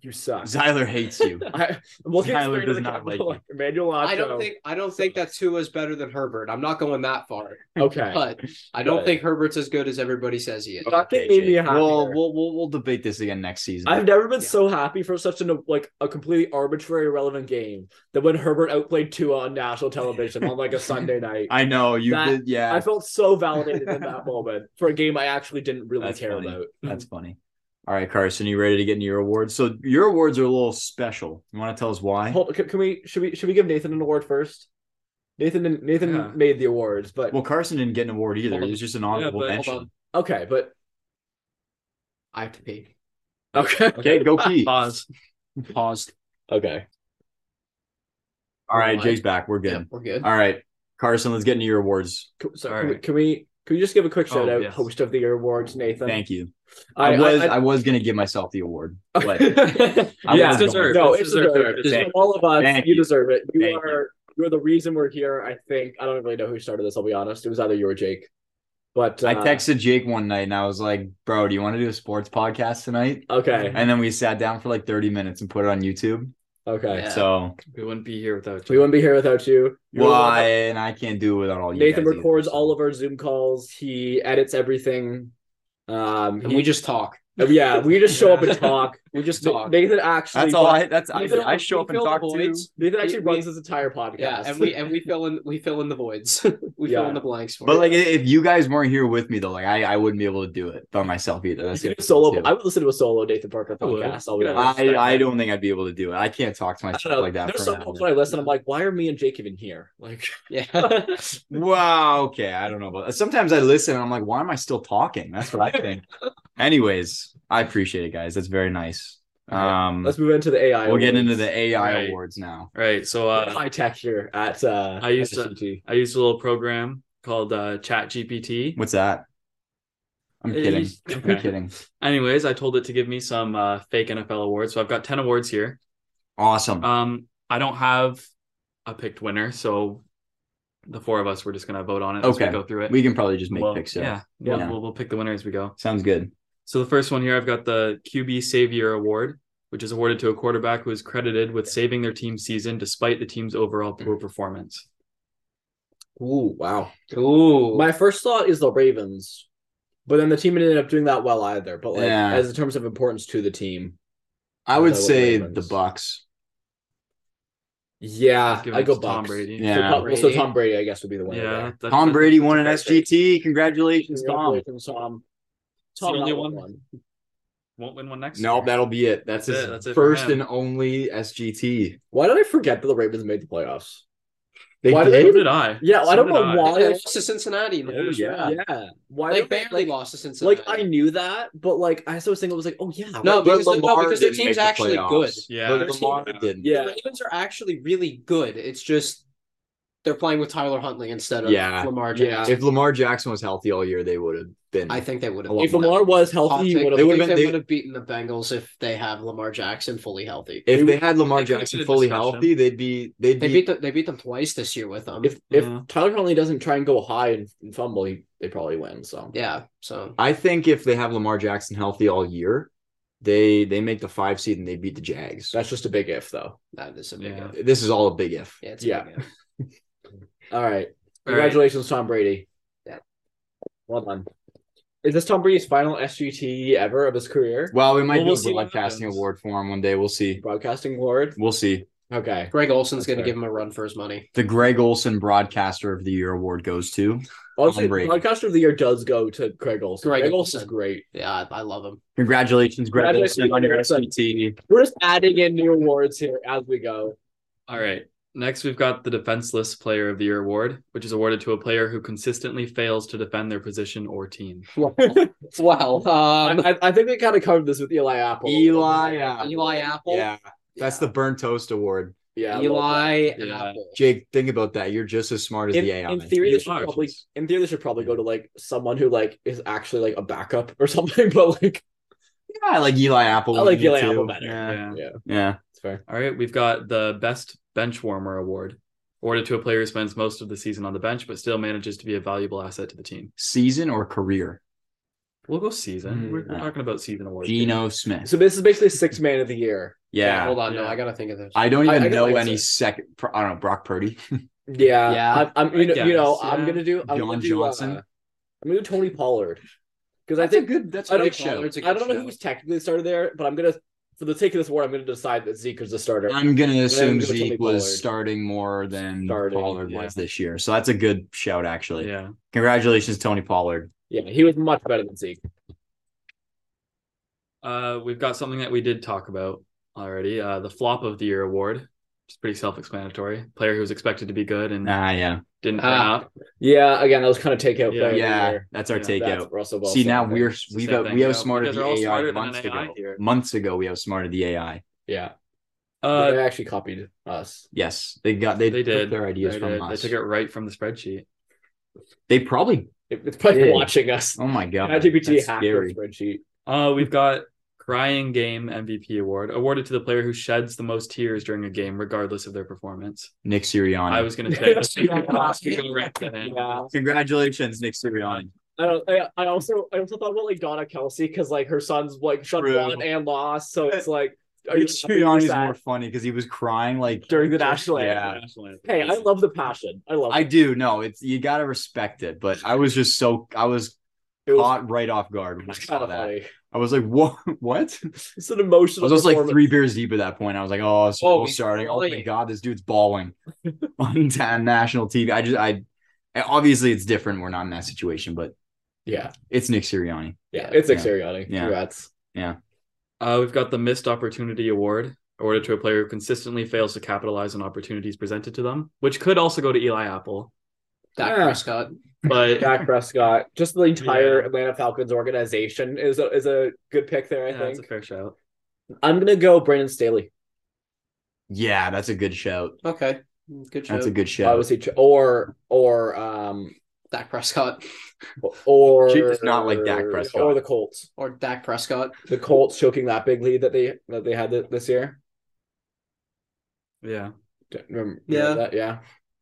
S2: You suck.
S1: Zyler hates you.
S2: (laughs) I, I'm looking
S1: Tyler
S2: straight at
S1: does
S2: the
S1: not
S2: Capitol.
S1: like
S2: (laughs) Emmanuel Acho.
S3: I don't think I don't think that Tua is better than Herbert. I'm not going that far,
S2: Okay.
S3: but I don't
S2: Right.
S3: think Herbert's as good as everybody says he is.
S2: Nothing
S1: Okay,
S2: made me
S1: Jake.
S2: happier.
S1: We'll, we'll we'll we'll debate this again next season.
S2: I've never been
S3: Yeah.
S2: so happy for such an like a completely arbitrary, irrelevant game that when Herbert outplayed Tua on national television on like a Sunday night,
S1: (laughs) I know you
S2: That-
S1: did. Yeah,
S2: I felt so validated in that moment for a game I actually didn't really
S1: That's
S2: care
S1: funny.
S2: about.
S1: that's funny. All right, Carson, you ready to get into your awards? So your awards are a little special. You want to tell us why?
S2: Hold, can, can we should we should we give Nathan an award first? Nathan didn't- Nathan
S4: Yeah.
S2: made the awards, but
S1: Well, Carson didn't get an award either.
S4: Hold
S1: It
S4: on.
S1: was just an honorable
S4: but- hold
S1: mention.
S4: on.
S2: okay, but
S3: I have to pee.
S2: okay,
S1: Okay, go pee.
S4: Pause.
S3: Paused.
S2: okay.
S1: All right,
S3: Why?
S1: Jake's back. We're
S3: Yeah,
S1: good.
S3: we're good.
S1: All right, Carson, let's get into your awards.
S2: Can, so
S4: All
S2: can, we,
S4: right.
S2: can we can we just give a quick
S4: Oh,
S2: shout out,
S4: yes.
S2: host of the year awards, Nathan?
S1: Thank you.
S2: I,
S1: I, was I,
S2: I-
S1: was gonna give myself the award.
S2: (laughs)
S1: But I
S2: yeah,
S1: was
S4: it's deserved.
S2: No,
S4: It's
S2: it's
S4: deserved.
S2: deserved.
S4: It's
S2: It's from all of us.
S1: Thank
S2: you,
S1: you.
S2: deserve it. You
S1: Thank you.
S2: are you. are the reason we're here. I think I don't really know who started this. I'll be honest. It was either you or Jake. But (laughs) uh,
S1: I texted Jake one night and I was like, "Bro, do you want to do a sports podcast tonight?"
S2: Okay.
S1: And then we sat down for like 30 minutes and put it on YouTube.
S2: Okay.
S3: Yeah.
S1: So
S4: We wouldn't be here without
S2: We
S4: you.
S2: wouldn't be here without you. You're the one
S1: why?
S2: that-
S1: And I can't do it without all you.
S2: Nathan
S1: guys either,
S2: records
S1: so.
S2: all of our Zoom calls. He edits everything. Um.
S3: And
S2: he-
S3: we just talk.
S2: (laughs) yeah. We just show
S1: (laughs)
S2: up and talk. We just
S3: Talk.
S2: talk. Nathan actually.
S1: That's all I. That's I,
S2: Nathan,
S1: I show up and
S3: fill the
S1: talk to.
S3: voids.
S2: Nathan actually
S3: We-
S2: runs
S3: we-
S2: his entire podcast.
S3: Yeah,
S2: (laughs)
S3: and
S1: (laughs)
S3: we and we fill in we fill in the voids. (laughs) we fill
S2: Yeah.
S3: in the blanks for
S1: But
S3: it.
S1: like, i- if you guys weren't here with me though, like I, I wouldn't be able to do it by myself either. That's
S2: You
S1: the
S2: could do solo.
S1: other thing,
S2: I would listen to a solo Nathan Parker
S4: I would.
S2: podcast. I'll be
S4: Yeah.
S2: honest.
S1: too. I I don't think I'd be able to do it. I can't talk to
S2: I don't
S1: myself
S2: know.
S1: like that.
S2: There's
S1: for
S2: some
S1: an
S2: moments
S1: hour.
S2: when I listen, I'm like, why are me and Jake even here? Like, (laughs)
S1: (laughs)
S3: yeah.
S1: Wow. Okay. I don't know about. Sometimes I listen and I'm like, why am I still talking? That's what
S2: (laughs)
S1: I think. Anyways, I appreciate it, guys. That's very nice. Um,
S2: let's move into the AI.
S1: we'll get
S2: awards.
S1: into the AI
S4: Right.
S1: awards now.
S4: Right. So
S2: We're
S4: uh,
S2: high tech here at. Uh,
S4: I used
S2: at
S4: to-
S2: SMT.
S4: I used a little program called uh, ChatGPT.
S1: What's that? I'm
S4: It
S1: kidding.
S4: used-
S1: I'm
S4: okay.
S1: kidding.
S4: (laughs) Anyways, I told it to give me some uh, fake NFL awards. So I've got 10 awards here.
S1: Awesome.
S2: Uh,
S4: Um, I don't have a picked winner. So the four of us, we're just going to vote on it as
S1: Okay.
S4: we go through it.
S1: we can probably just make
S4: We'll-
S1: picks.
S4: Yeah.
S1: Yeah.
S4: We'll,
S1: Yeah.
S4: We'll, we'll pick the winner as we go.
S1: Sounds good.
S4: So the first one here, I've got the QB Savior Award, which is awarded to a quarterback who is credited with saving their team's season despite the team's overall poor performance.
S2: Ooh, wow.
S3: Ooh.
S2: My first thought is the Ravens, but then the team didn't end up doing that well either. But like,
S1: Yeah.
S2: as in terms of importance to the team,
S1: I would
S2: Although it
S1: say
S2: Ravens.
S1: the Bucks.
S2: yeah,
S4: Give
S2: I
S4: it
S2: go
S4: to Tom
S2: Bucks.
S4: Brady.
S1: Yeah.
S2: So, Tom,
S3: Brady.
S2: so Tom Brady, I guess, would be the winner.
S4: Yeah.
S2: there.
S1: Tom
S4: that's- that's-
S1: Brady
S4: that's
S1: won
S4: a
S1: an
S4: fair pick.
S1: SGT. Congratulations, Tom.
S2: Congratulations, Tom.
S4: It's the only
S2: not
S4: one.
S2: one.
S4: Won't win one next.
S1: No,
S4: year.
S1: that'll be it. That's,
S4: That's
S1: his
S4: it. That's it for
S1: first
S4: him.
S1: and only SGT.
S2: Why did I forget that the Ravens made the playoffs?
S1: They
S2: Why
S1: did?
S4: So did I.
S2: Yeah,
S4: So
S2: I don't
S4: did
S2: know
S3: They
S2: why.
S3: lost to Cincinnati in the
S1: Oh,
S3: first
S1: yeah.
S2: I-
S3: round.
S2: Yeah, why
S3: Like
S2: did they-
S3: barely
S2: like-
S3: lost to Cincinnati.
S2: Like I knew that, but like I so single was like, oh yeah,
S3: No,
S2: right,
S3: because
S1: But
S3: the- no,
S1: Lamar
S3: because their
S1: didn't make
S3: team's
S1: the
S3: actually
S1: playoffs.
S3: good.
S4: Yeah.
S1: But
S3: Their
S1: Lamar
S3: team-
S1: didn't.
S2: yeah,
S3: The Ravens are actually really good. It's just they're playing with Tyler Huntley instead of
S1: Yeah.
S3: Lamar
S2: Yeah.
S3: Jackson.
S1: If Lamar Jackson was healthy all year, they would have been.
S3: I think they would have.
S1: If
S2: If
S3: beaten
S2: Lamar
S3: them.
S2: was
S3: Hot
S2: healthy,
S3: take.
S2: he would
S1: They
S2: have.
S1: would've
S3: I think
S1: been-
S3: they
S1: they-
S3: would have beaten the Bengals if they have Lamar Jackson fully healthy.
S1: if they had Lamar
S4: I think we
S1: Jackson
S4: did a
S1: fully
S4: discussion.
S1: healthy, they'd be they'd
S3: They
S1: be
S3: beat them. They beat them twice this year with them.
S2: If if
S4: Yeah.
S2: Tyler Huntley doesn't try and go high and, and fumble, he, they probably win. So
S3: yeah, so
S1: I think if they have Lamar Jackson healthy all year, they they make the five seed and they beat the Jags.
S2: that's just a big if, though.
S3: that is a big
S4: Yeah.
S3: if.
S1: This is all a big if.
S3: Yeah, it's
S2: Yeah.
S3: a big if.
S2: All right,
S4: All right.
S2: congratulations, Tom Brady.
S3: Yeah.
S2: well done. Is this Tom Brady's final SGT ever of his career?
S1: Well, we might
S4: Well, we'll
S1: do
S4: see
S1: a
S4: what
S1: broadcasting
S4: happens.
S1: award for him one day. We'll see.
S2: Broadcasting award.
S1: We'll see.
S2: Okay.
S3: Greg Olson's
S2: That's
S3: going to
S2: fair.
S3: give him a run for his money.
S1: The Greg Olson Broadcaster of the Year award goes to.
S2: Honestly,
S1: Brady.
S2: broadcaster of the year does go to Craig Olson.
S3: Greg
S2: Craig Olson's
S3: Olson.
S2: great.
S3: Yeah, I, I love him.
S1: Congratulations, Greg Olson
S2: Congratulations,
S1: on your
S2: Greg Olson.
S1: SGT.
S2: We're just adding in new awards here as
S1: (laughs)
S2: we go.
S4: All right. Next, we've got the Defenseless Player of the Year award, which is awarded to a player who consistently fails to defend their position or team.
S3: Wow. Um,
S2: Um, I, I- I think we kind of covered this with Eli Apple.
S1: Eli Apple.
S3: (laughs) Eli Apple.
S1: Yeah, that's the Burn Toast Award.
S2: Yeah.
S3: Eli
S4: Yeah.
S3: Apple.
S1: Jake, think about that. You're just as smart as
S2: in,
S1: the AI.
S2: in theory, this should
S4: Smart.
S2: probably in theory this should probably go to like someone who like is actually like a backup or (laughs) something, but like
S1: yeah, I like Eli Apple.
S2: I like
S1: winning it
S2: Eli Apple
S1: too.
S2: better.
S1: Yeah.
S4: Yeah.
S1: yeah.
S2: it's fair.
S4: All right. We've got the Best Bench Warmer award, awarded to a player who spends most of the season on the bench but still manages to be a valuable asset to the team.
S1: Season or career?
S4: We'll go season.
S6: Mm.
S4: We're, we're talking about season awards. here.
S1: Hmm. Geno Smith.
S2: So this is basically six man of the year.
S1: Yeah.
S3: Hold on. No,
S4: Yeah.
S3: I gotta think of this.
S1: I don't
S2: I-
S1: even
S2: I can
S1: know
S2: like
S1: any
S2: it.
S1: second. Pro, I don't know Brock Purdy.
S2: Yeah,
S3: Yeah,
S2: I'm, I'm
S4: I
S2: you know, you know
S4: guess,
S2: I'm
S4: yeah.
S2: gonna do I'm
S1: John
S2: gonna do,
S1: Johnson.
S2: uh, I'm gonna do Tony Pollard because I
S1: That's a
S2: think
S1: good. That's
S2: I
S1: a
S2: don't
S1: good
S2: know-
S1: show.
S3: It's
S2: I
S3: a good
S2: don't know
S3: show.
S2: who's technically the starter there, but I'm gonna for the sake of this award I'm gonna decide that Zeke is the starter.
S1: I'm gonna assume
S2: go Tony
S1: Zeke was
S2: Pollard.
S1: starting more than
S2: Starting,
S1: Pollard
S4: yeah.
S1: was this year, so that's a good shout. Actually,
S4: Yeah.
S1: congratulations, Tony Pollard.
S2: Yeah, he was much better than Zeke.
S4: Uh, we've got something that we did talk about already. Uh, the flop of the year award. It's pretty self-explanatory. Player who was expected to be good and
S1: Ah, yeah,
S4: didn't turn
S3: Ah.
S4: up.
S2: Yeah, again that was kind of takeout.
S4: Yeah.
S2: player of the
S1: yeah,
S2: year.
S1: that's our
S4: Yeah,
S1: takeout.
S2: That's Russell Wilson.
S1: See now we're
S4: the
S1: we've
S4: same
S1: out,
S4: thing,
S1: we
S4: yeah.
S1: outsmarted the
S4: You guys are all
S1: AI
S4: smarter than
S1: months
S4: an AI
S1: ago.
S4: here.
S1: Months ago we outsmarted the AI.
S2: yeah
S4: Uh,
S2: they actually copied us.
S1: Yes, they got they,
S4: They
S1: took
S4: did.
S1: their ideas
S4: they,
S1: from
S4: did. They
S1: us.
S4: took it right from the spreadsheet.
S1: They probably.
S2: It- it's probably
S1: Yeah.
S2: watching us.
S1: Oh my god,
S2: ChatGPT
S1: that's
S2: hacked our
S1: scary.
S2: spreadsheet.
S4: Uh, we've got crying game MVP award awarded to the player who sheds the most tears during a game, regardless of their performance.
S1: Nick Sirianni.
S4: I
S1: (laughs)
S4: was gonna say
S2: Yeah.
S1: Congratulations, Nick Sirianni.
S2: I don't. I, I also. I also thought about like Donna Kelsey because like her son's like shot
S1: True.
S2: one and lost, so it's like are you
S1: Nick
S2: happy or
S1: Sirianni's
S2: sad
S1: more funny because he was crying like
S2: during the national anthem?
S1: Yeah.
S2: Hey, I love the passion. I love.
S1: I
S2: it.
S1: do. No, it's you gotta respect it. But I was just so I was
S2: It was
S1: caught right off guard when I
S2: kind
S1: saw
S2: of
S1: that.
S2: funny. (laughs)
S1: I was like, what? (laughs) What? I
S2: It's an emotional.
S1: was just like
S2: performance.
S1: three beers deep at that point. I was like, oh, it's
S3: Oh,
S1: all
S3: he's
S1: starting. Oh my
S3: bawling.
S1: god, this dude's bawling (laughs) on ta- national TV. I just I and obviously it's different. We're not in that situation, but
S2: Yeah,
S1: it's Nick Sirianni.
S2: yeah. It's like
S1: Yeah.
S2: Sirianni.
S1: Yeah.
S2: Congrats.
S4: Uh, we've got the missed opportunity award awarded to a player who consistently fails to capitalize on opportunities presented to them, which could also go to Eli Apple.
S3: Dak
S2: Yeah.
S3: Prescott.
S4: But
S2: Dak Prescott. Just the entire
S4: Yeah.
S2: Atlanta Falcons organization is a, is a good pick there. I
S4: yeah, that's a
S2: think
S4: fair shout.
S2: I'm gonna go Brandon Staley.
S1: Yeah, that's a good shout.
S3: Okay. Good show.
S1: That's a good shout.
S2: Obviously, tr- or or um
S3: Dak Prescott
S2: or
S1: She does not like Dak Prescott.
S2: or the Colts.
S3: or Dak Prescott.
S2: the Colts choking that big lead that they that they had th- this year.
S4: Yeah.
S2: Do- remember-
S3: Yeah.
S2: remember that? yeah.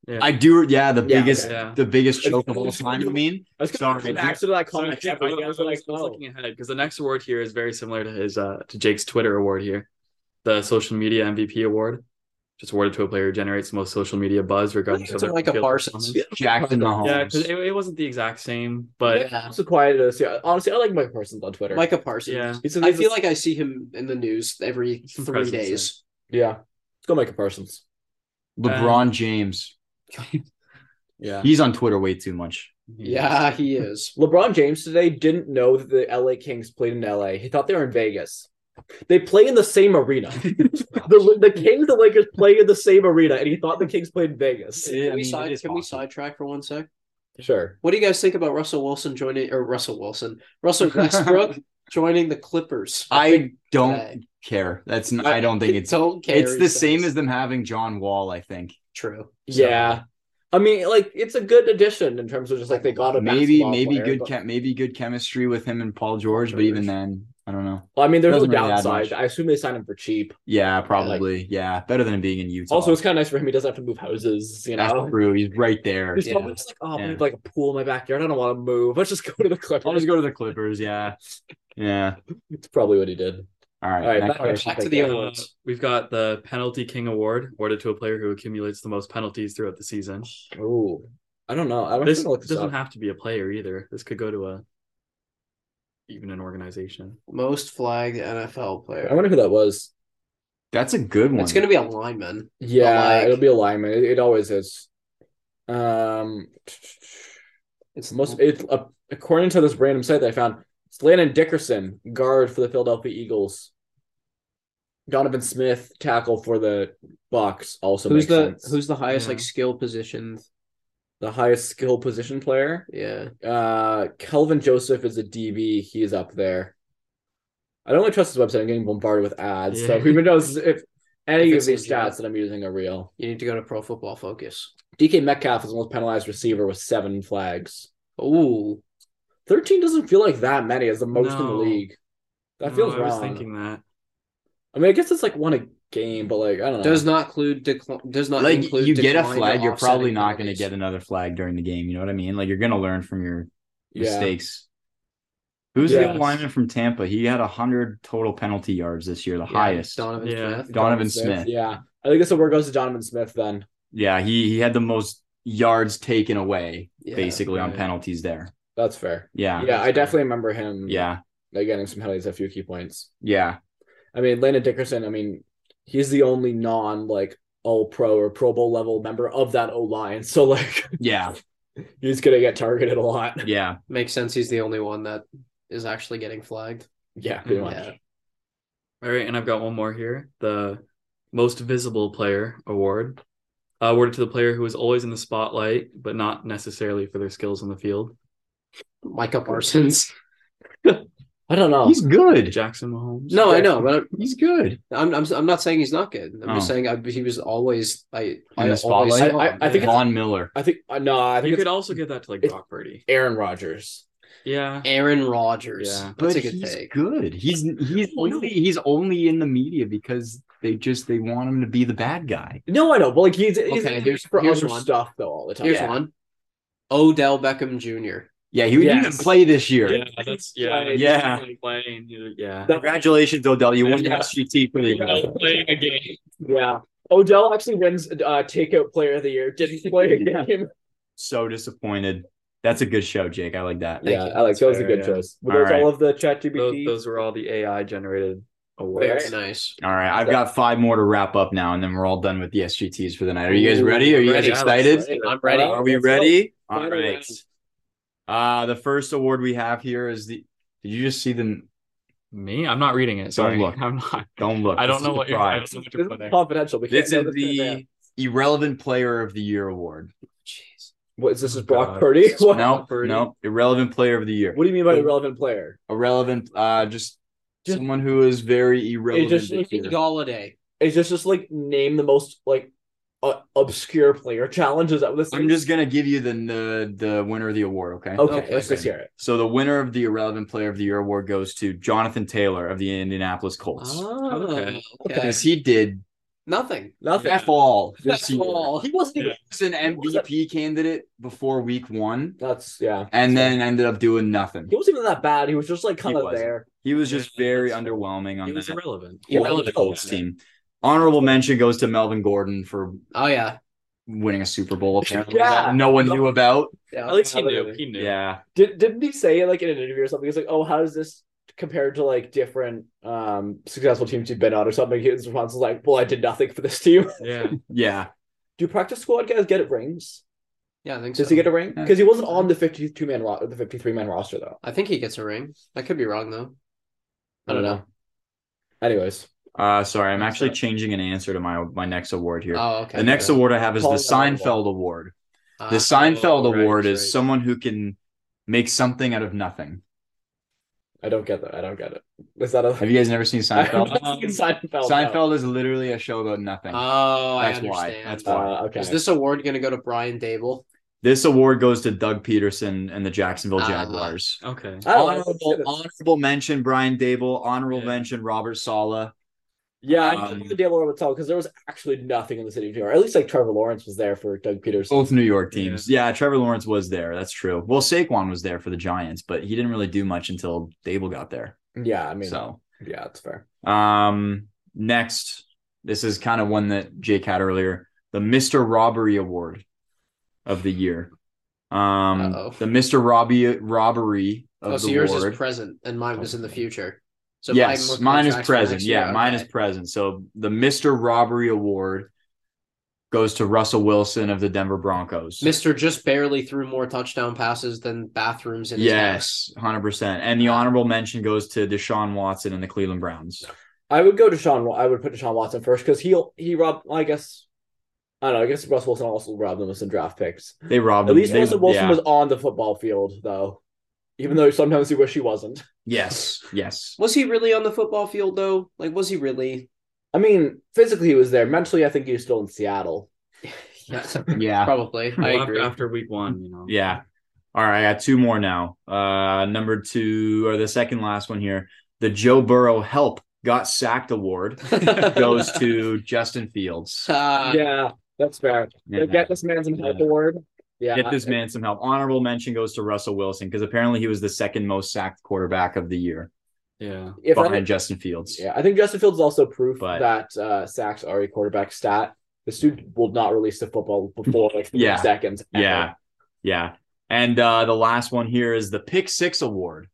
S4: Yeah.
S1: I do. Yeah, the
S2: Yeah,
S1: biggest,
S4: yeah.
S1: the biggest choke of all time. You mean?
S2: I was
S1: Sorry,
S2: gonna come
S1: dude.
S2: back to that
S4: Sorry,
S2: comment.
S4: I was, I was looking ahead because the next award here is very similar to his uh, to Jake's Twitter award here, the social media MVP award, just awarded to a player who generates the most social media buzz regardless of
S3: It's
S4: their
S3: like a
S4: field
S3: Parsons.
S4: performance.
S1: Jackson Mahomes.
S4: Yeah, because it, uh, it wasn't the exact same, but
S3: Yeah.
S2: oh, so quiet as yeah. Honestly, I like Mike Parsons on Twitter.
S3: Micah Parsons.
S4: yeah,
S2: he's, a-
S3: I
S2: he's a-
S3: feel like I see him in the news every
S4: Some
S3: three
S4: presence there.
S3: days.
S2: yeah. Let's go, Mike Parsons.
S1: LeBron James.
S4: yeah,
S1: He's on Twitter way too much.
S3: Yeah, he
S2: (laughs)
S3: is.
S2: LeBron James today didn't know that the LA Kings played in LA. He thought they were in Vegas. They play in the same arena. the the Kings, the Lakers play in the same arena, and he thought the Kings played in Vegas.
S1: Yeah,
S3: Can,
S1: I
S3: we,
S1: mean,
S3: side,
S1: it is
S3: can we
S1: possible.
S3: sidetrack for one sec?
S2: Sure.
S3: What do you guys think about Russell Wilson joining or Russell Wilson,
S1: (laughs)
S3: Russell Westbrook joining the Clippers?
S1: I don't
S3: Today.
S1: care. That's n- I don't think it's
S3: don't care.
S1: it's
S3: he
S1: the
S3: says.
S1: same as them having John Wall. I think
S3: true.
S2: Yeah. I mean, like it's a good addition in terms of just like they got a
S1: maybe
S2: basketball
S1: maybe
S2: player,
S1: good
S2: but-
S1: chem maybe good chemistry with him and Paul George, but even
S2: George.
S1: then, I don't know.
S2: Well, I mean, there's no
S1: Doesn't really add
S2: downside.
S1: much.
S2: I assume they signed him for cheap.
S1: Yeah, probably. yeah, better than being in Utah.
S2: Also, it's kind of nice for him. He doesn't have to move houses. You
S1: that's
S2: know,
S1: true. He's right there.
S2: he's
S3: Yeah.
S2: probably just like, oh,
S1: Yeah.
S2: I have like a pool in my backyard. I don't want to move. Let's just go to the Clippers.
S1: I'll just go to the Clippers. Yeah, yeah.
S2: It's probably what he did.
S1: All right.
S2: All right,
S1: next
S2: back-
S1: question.
S3: Back to
S2: think
S3: the
S2: that-
S4: Uh,
S3: awards.
S4: we've got the penalty king award awarded to a player who accumulates the most penalties throughout the season.
S2: Oh, I don't know. I'm
S4: This
S2: just gonna look this
S4: doesn't
S2: up.
S4: have to be a player either. This could go to a even an organization.
S3: Most flagged NFL
S2: I
S3: player.
S2: wonder who that was.
S1: That's a good one.
S3: It's going to be a lineman.
S2: Yeah,
S3: like-
S2: it'll be alignment. It, it always is. Um,
S3: It's
S2: most it's uh, according to this random site that I found. It's Landon Dickerson, guard for the Philadelphia Eagles. Donovan Smith, tackle for the Bucks. Also, makes
S3: who's the
S2: sense.
S3: who's the highest
S4: Yeah.
S3: like skill positioned?
S2: the highest skill position player?
S3: Yeah,
S2: uh Kelvin Joseph is a DB. He's up there. I don't really trust this website. I'm getting bombarded with ads. So
S4: Yeah.
S2: who knows if any
S3: If
S2: of
S3: it's
S2: these
S3: legit.
S2: stats that I'm using are real.
S3: you need to go to Pro Football Focus.
S2: DK Metcalf is the most penalized receiver with seven flags.
S3: Ooh,
S2: 13 doesn't feel like that many as the most in the
S4: No.
S2: league. That
S4: No,
S2: feels
S4: I was
S2: wrong.
S4: thinking that.
S2: I mean, I guess it's like one a game, but like I don't know.
S3: does not include decl- does not
S1: like
S3: include
S1: you get a
S3: decline or
S1: flag, you're probably
S3: offsetting
S1: not going to
S3: penalties.
S1: get another flag during the game. You know what I mean? Like you're going to learn from your
S2: Yeah.
S1: mistakes. Who's the
S2: Yes.
S1: the lineman from Tampa? He had 100 total penalty yards this year, the highest.
S3: Donovan
S4: Yeah.
S3: Smith.
S1: Donovan Smith.
S2: Yeah. I think this award goes to Donovan Smith then.
S1: Yeah, he he had the most yards taken away
S3: Yeah.
S1: basically on
S4: right.
S1: penalties there.
S2: That's fair.
S1: Yeah. Yeah.
S2: Yeah, I definitely remember him
S1: Yeah.
S2: like, getting some penalties at a few key points.
S1: Yeah.
S2: I mean, Landon Dickerson, I mean, he's the only non like all pro or Pro Bowl level member of that O line. So like (laughs)
S1: Yeah.
S2: he's gonna get targeted a lot. (laughs)
S1: Yeah.
S3: Makes sense. He's the only one that is actually getting flagged.
S2: Yeah, pretty much.
S3: Mm, Yeah.
S4: All right, and I've got one more here. The most visible player award uh, awarded to the player who is always in the spotlight, but not necessarily for their skills on the field.
S3: Micah Parsons.
S2: I don't know.
S1: He's good.
S4: Jackson Mahomes.
S3: No, I know, but
S1: He's good.
S3: I'm I'm I'm not saying he's not good. I'm just
S1: Oh.
S3: saying I, he was always I
S1: In
S3: I oh,
S1: the spotlight?
S3: saw
S2: I-
S3: him.
S2: I think it's-
S1: Von Miller.
S2: I think uh, no, I think
S4: You
S2: it's
S4: could also give that to like
S2: it's-
S4: Brock Purdy.
S2: Aaron Rodgers.
S4: Yeah.
S3: Aaron Rodgers.
S4: Yeah.
S3: That's
S1: But
S3: a good
S1: he's
S3: take.
S1: good. He's he's only he's only in the media because they just they want him to be the bad guy.
S2: No, I know, but like he's, he's
S3: Okay,
S2: here's,
S3: here's-
S2: for
S3: here's
S2: other
S3: one.
S2: stuff though all the time.
S3: Here's
S2: Yeah.
S3: one. Odell Beckham Jr.
S1: Yeah, he didn't
S2: Yes.
S1: even play this year.
S4: Yeah, that's yeah,
S2: Playing,
S1: Yeah.
S4: playing, you know, yeah.
S2: That-
S1: Congratulations, Odell. You won
S4: Yeah.
S1: the SGT for the year.
S4: Yeah, playing a game.
S2: Yeah. Odell actually wins uh, takeout player of the year. Didn't play a
S1: Yeah.
S2: game.
S1: So disappointed. That's a good show, Jake. I like that.
S2: Yeah,
S3: you.
S2: Alex, that was a
S4: Fair,
S2: good
S4: yeah.
S2: choice. Were
S1: All
S2: those
S1: right.
S2: all of the chat
S4: Those,
S2: GPT?
S4: those were all the AI generated
S3: Very
S4: awards.
S3: nice.
S1: All right, I've got five more to wrap up now, and then we're all done with the SGTs for the night. Are you guys ready? Are you guys
S4: Ready, Alex,
S1: excited?
S4: ready.
S3: I'm ready.
S1: Are we
S2: Let's go.
S1: ready? All
S2: Final
S1: right. Uh, the first award we have here is the. Did you just see the?
S4: Me? I'm not reading it. Sorry.
S1: look.
S4: I'm not.
S1: Don't look.
S4: I
S1: This
S4: don't
S1: is
S4: know
S1: the
S4: what you're I
S1: prize.
S4: don't know what
S2: This
S4: you're
S2: is
S4: putting.
S2: confidential. We
S1: This
S2: can't
S1: is
S2: know now.
S1: the irrelevant player of the year award.
S3: Jeez.
S2: What is this? Is Brock
S4: God.
S2: Purdy? What?
S1: No,
S4: Purdy.
S1: no, irrelevant player of the year.
S2: What do you mean by irrelevant player?
S1: Irrelevant, uh, just,
S2: Just-
S1: someone who is very irrelevant.
S2: just-
S1: this year.
S3: Galladay.
S2: Is this just like name the most like uh, obscure player challenges? That this
S1: I'm just Oh gonna give you the the, the winner of the award. Okay.
S2: okay.
S3: okay,
S2: let's just
S1: okay.
S2: hear it.
S1: So the winner of the irrelevant player of the year award goes to Jonathan Taylor of the Indianapolis Colts.
S3: Ah,
S4: okay.
S3: Oh, okay.
S1: Because he did
S3: Nothing.
S2: Nothing.
S1: F all this
S3: F
S1: year.
S3: all.
S1: He wasn't even
S4: Yeah.
S1: he was an MVP candidate before week one
S2: That's yeah.
S1: and then ended up doing nothing.
S2: He wasn't even that bad. He was just like kind of
S1: wasn't.
S2: there.
S1: He was just
S4: Yeah,
S1: very
S4: that's-
S1: underwhelming on
S4: It was
S1: that
S4: irrelevant. Oh,
S2: Yeah,
S1: Colts
S2: irrelevant.
S1: Colts team. Honorable mention goes to Melvin Gordon for
S3: Oh yeah.
S1: winning a Super Bowl apparently
S2: Yeah.
S1: that no one knew about.
S3: yeah.
S4: At least he
S2: Yeah.
S4: knew. He knew.
S1: Yeah.
S2: Did didn't he say like in an interview or something? He's like, "Oh, how does this compare to like different um successful teams you've been on or something?" His response was like, "Well, I did nothing for this (laughs) team."
S4: Yeah.
S1: Yeah.
S2: Do practice squad guys get rings?
S3: Yeah, I think so.
S2: Does he get a ring?
S1: Yeah.
S2: Because he wasn't on the fifty-two man ro- the fifty-three man roster though.
S3: I think he gets a ring. I could be wrong though. I don't know.
S2: Anyways,
S1: Uh sorry, I'm actually changing an answer to my my next award here.
S3: Oh, okay.
S1: the next award I have is the
S2: Paul Allen
S1: Seinfeld award.
S3: Uh,
S1: The Seinfeld
S4: oh, right,
S1: award
S4: right.
S1: is someone who can make something out of nothing.
S2: I don't get that. I don't get it. Is that a (laughs)
S1: Have you guys never seen
S2: I've
S1: Seinfeld?
S2: not seen Seinfeld? no.
S1: Seinfeld is literally a show about nothing.
S3: oh, I
S1: That's why.
S3: understand.
S1: That's why.
S2: Uh, okay.
S3: Is this award going to go to Brian Dable?
S1: this award goes to Doug Peterson and the Jacksonville
S3: Ah.
S1: Jaguars.
S4: Okay.
S2: I don't know.
S1: honorable, honorable mention Brian Dable. Honorable
S4: Yeah.
S1: mention Robert Sala.
S2: yeah, I
S1: um,
S2: know the Dale would tell because there was actually nothing in the city of New York. At least like Trevor Lawrence was there for Doug Peterson.
S1: Both New York teams. Yeah. Trevor Lawrence was there. That's true. Well, Saquon was there for the Giants, but he didn't really do much until Dable got there.
S2: Yeah, I mean,
S1: so,
S2: yeah, it's fair.
S1: um, next, this is kind of one that Jake had earlier, the Mr. Robbery Award of the year. Um,
S3: Uh-oh.
S1: the Mr. Robbie robbery of
S3: Oh,
S1: the
S3: so yours
S1: award.
S3: is present and mine was in the future. So
S1: yes,
S3: must
S1: mine is
S3: contract for next
S1: present.
S3: year.
S1: Yeah, mine is
S3: Okay.
S1: present. So the Mr. Robbery Award goes to Russell Wilson of the Denver Broncos.
S3: Mister just barely threw more touchdown passes than bathrooms in his house.
S1: yes, hundred percent. And the honorable mention goes to Deshaun Watson and the Cleveland Browns.
S2: I would go to Sean. Wa- I would put Deshaun Watson first because he he robbed. I guess I don't know. I guess Russell Wilson also robbed them with some draft picks.
S1: They robbed.
S2: At
S1: them.
S2: least
S1: They-
S2: Russell Wilson
S1: yeah.
S2: was on the football field though, even though sometimes you wish he wasn't.
S1: Yes,
S2: (laughs)
S1: yes.
S3: Was he really on the football field though? Like, was
S1: (laughs)
S3: he really?
S2: I mean, physically he was there. Mentally, I think he was still in Seattle.
S3: Yes,
S1: Yeah, (laughs)
S3: probably. I
S4: Well,
S3: agree.
S4: After week one, you know.
S1: yeah. All right, I got two more now. Uh, number two or the second last one here. The Joe Burrow Help Got Sacked
S3: (laughs)
S1: Award goes to Justin Fields.
S3: Uh,
S2: yeah, that's fair.
S1: Yeah.
S2: Get this man some
S1: help
S2: award. Yeah,
S1: Get this man some help. Honorable mention goes to Russell Wilson because apparently he was the second most sacked quarterback of the year
S4: Yeah.
S2: if I'm-
S1: behind Justin Fields.
S2: Yeah, I think Justin Fields is also proof
S1: But-
S2: that uh, sacks are a quarterback stat. The student will not release the football before like three
S1: Yeah.
S2: seconds. ever.
S1: Yeah. Yeah. And uh, the last one here is the Pick Six Award.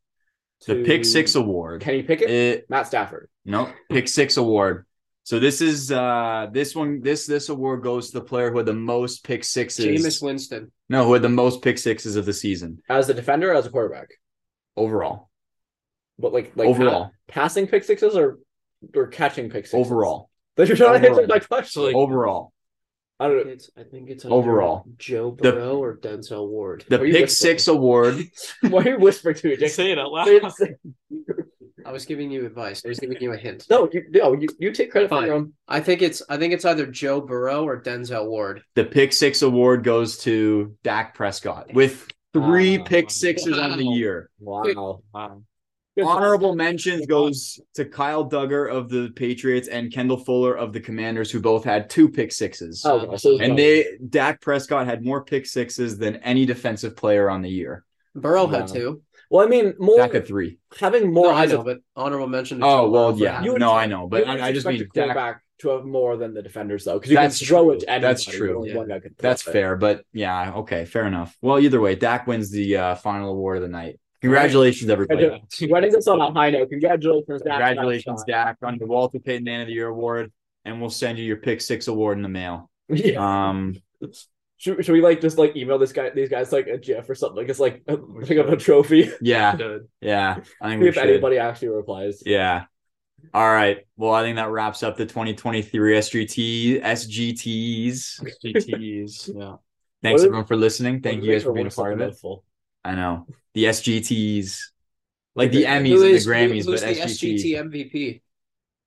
S1: The
S2: To
S1: Pick Six Award.
S2: Kenny Pickett,
S1: It,
S2: Matt Stafford.
S1: no, Pick Six Award. So this is uh this one this this award goes to the player who had the most pick sixes.
S3: Jameis Winston.
S1: No, who had the most pick sixes of the season
S2: As a defender, or as a quarterback,
S1: overall.
S2: but like like
S1: overall.
S2: pa- passing pick sixes or or catching pick sixes.
S1: overall.
S2: That (laughs) you're trying to
S1: Overall.
S2: answer my question.
S4: Like-
S1: overall.
S2: I don't know.
S3: It's, I think it's
S1: under Overall.
S3: Joe
S1: The-
S3: Burrow or Denzel Ward.
S1: The
S2: Are you
S1: Pick
S2: listening?
S1: Six Award.
S2: Why are you whispering to me,
S4: Just
S2: Jake?
S4: say it out loud.
S3: I was giving you advice. I was giving you a hint.
S2: no, you no, you, you take credit for
S3: Fine.
S2: your own.
S3: I think it's I think it's either Joe Burrow or Denzel Ward.
S1: the Pick Six Award goes to Dak Prescott with three
S2: Oh,
S4: Wow.
S1: pick sixes of the
S3: Wow.
S1: year.
S4: (laughs)
S2: Wow.
S4: Wow.
S1: Honorable mentions goes to Kyle Duggar of the Patriots and Kendall Fuller of the Commanders, who both had two pick sixes.
S2: Oh, okay, so-
S1: And they Dak Prescott had more pick sixes than any defensive player on the year.
S3: Burrow
S2: Wow.
S3: had two.
S2: well, I mean more
S1: Dak had three.
S2: having
S3: No,
S2: more
S3: I
S2: eyes
S3: know, but honorable mention. to
S1: Oh
S3: Joe
S1: well,
S3: Burrow for
S1: yeah.
S3: having-
S2: would
S1: No, I
S2: expect-
S1: know, but
S2: You
S1: I, I
S2: would
S1: just
S2: expect
S1: mean
S2: the
S1: Dak.
S2: quarterback to have more than the defenders though, because you
S1: That's
S2: can throw it.
S1: true.
S2: To anybody.
S1: That's
S2: You
S1: true.
S2: only
S4: Yeah.
S2: One guy can throw
S1: That's
S2: it.
S1: fair, but yeah, okay, fair enough. Well, either way, Dak wins the uh, final award of the night. Congratulations, everybody.
S2: Running uh, this on a high note. Congratulations, Dak.
S1: Congratulations, Dak, on the Walter Payton Man of the Year award, and we'll send you your Pick Six award in the mail.
S2: (laughs) Yeah.
S1: Um,
S2: should, should we like just like email this guy, these guys like a GIF or something? Like it's like
S1: Oh,
S2: a, (laughs) pick up a trophy.
S1: yeah,
S4: Good.
S1: yeah, I think we
S2: if
S1: should.
S2: anybody actually replies.
S1: Yeah. All right. Well, I think that wraps up the 2023 SGT SGTs.
S4: GTEs. Yeah.
S1: Thanks
S2: What-
S1: everyone for listening. Thank you guys
S2: Thanks
S1: for being a part of it.
S2: wonderful.
S1: I know the SGTs, like the
S2: Who
S1: Emmys and the
S3: is-
S1: Grammys, but
S3: who's the SGT
S1: SGT.
S3: MVP?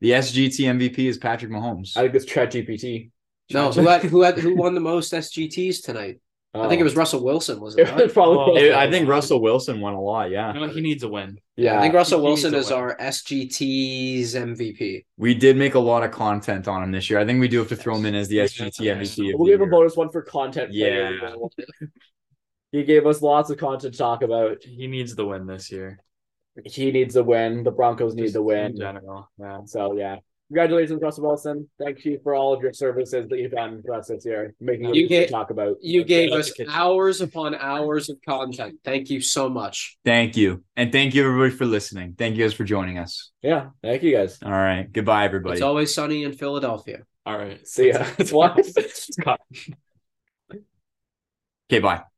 S1: The SGT MVP is Patrick Mahomes.
S2: I think it's ChatGPT.
S3: No, who had, who had who won the most SGTs tonight? I
S1: Oh.
S3: think it was Russell Wilson, was
S2: (laughs)
S3: it?
S1: (laughs)
S2: It
S3: Not?
S2: was probably.
S4: Well,
S1: It- Oh, I think Russell Wilson won a lot.
S4: You
S1: Yeah,
S4: know, he needs a win.
S2: Yeah.
S3: I think Russell
S4: He needs
S3: Wilson
S4: a
S3: is
S4: win.
S3: our SGT's MVP.
S1: we did make a lot of content on him this year. I think we do have to throw him in as the SGT
S4: Yeah.
S1: MVP. of
S2: we'll
S1: the
S2: give a
S1: year.
S2: bonus one for content. player. He gave us lots of content to talk about.
S4: He needs the win this year.
S2: He needs a win. The Broncos need
S4: Just
S2: the
S4: In
S2: win.
S4: general. Yeah.
S2: So yeah. Congratulations, Russell Wilson. Thank you for all of your services that you've done for us this year, making
S3: You
S2: it
S3: get-
S2: to talk about.
S3: You gave
S4: Shut up,
S3: us
S4: kid.
S3: hours upon hours of content. Thank you so much.
S1: Thank you. And thank you, everybody, for listening. Thank you guys for joining us.
S2: Yeah, thank you guys.
S1: All right. Goodbye, everybody.
S3: It's always sunny in Philadelphia.
S2: (laughs)
S4: All right.
S2: See ya. what?
S4: Cut.
S1: Okay, bye.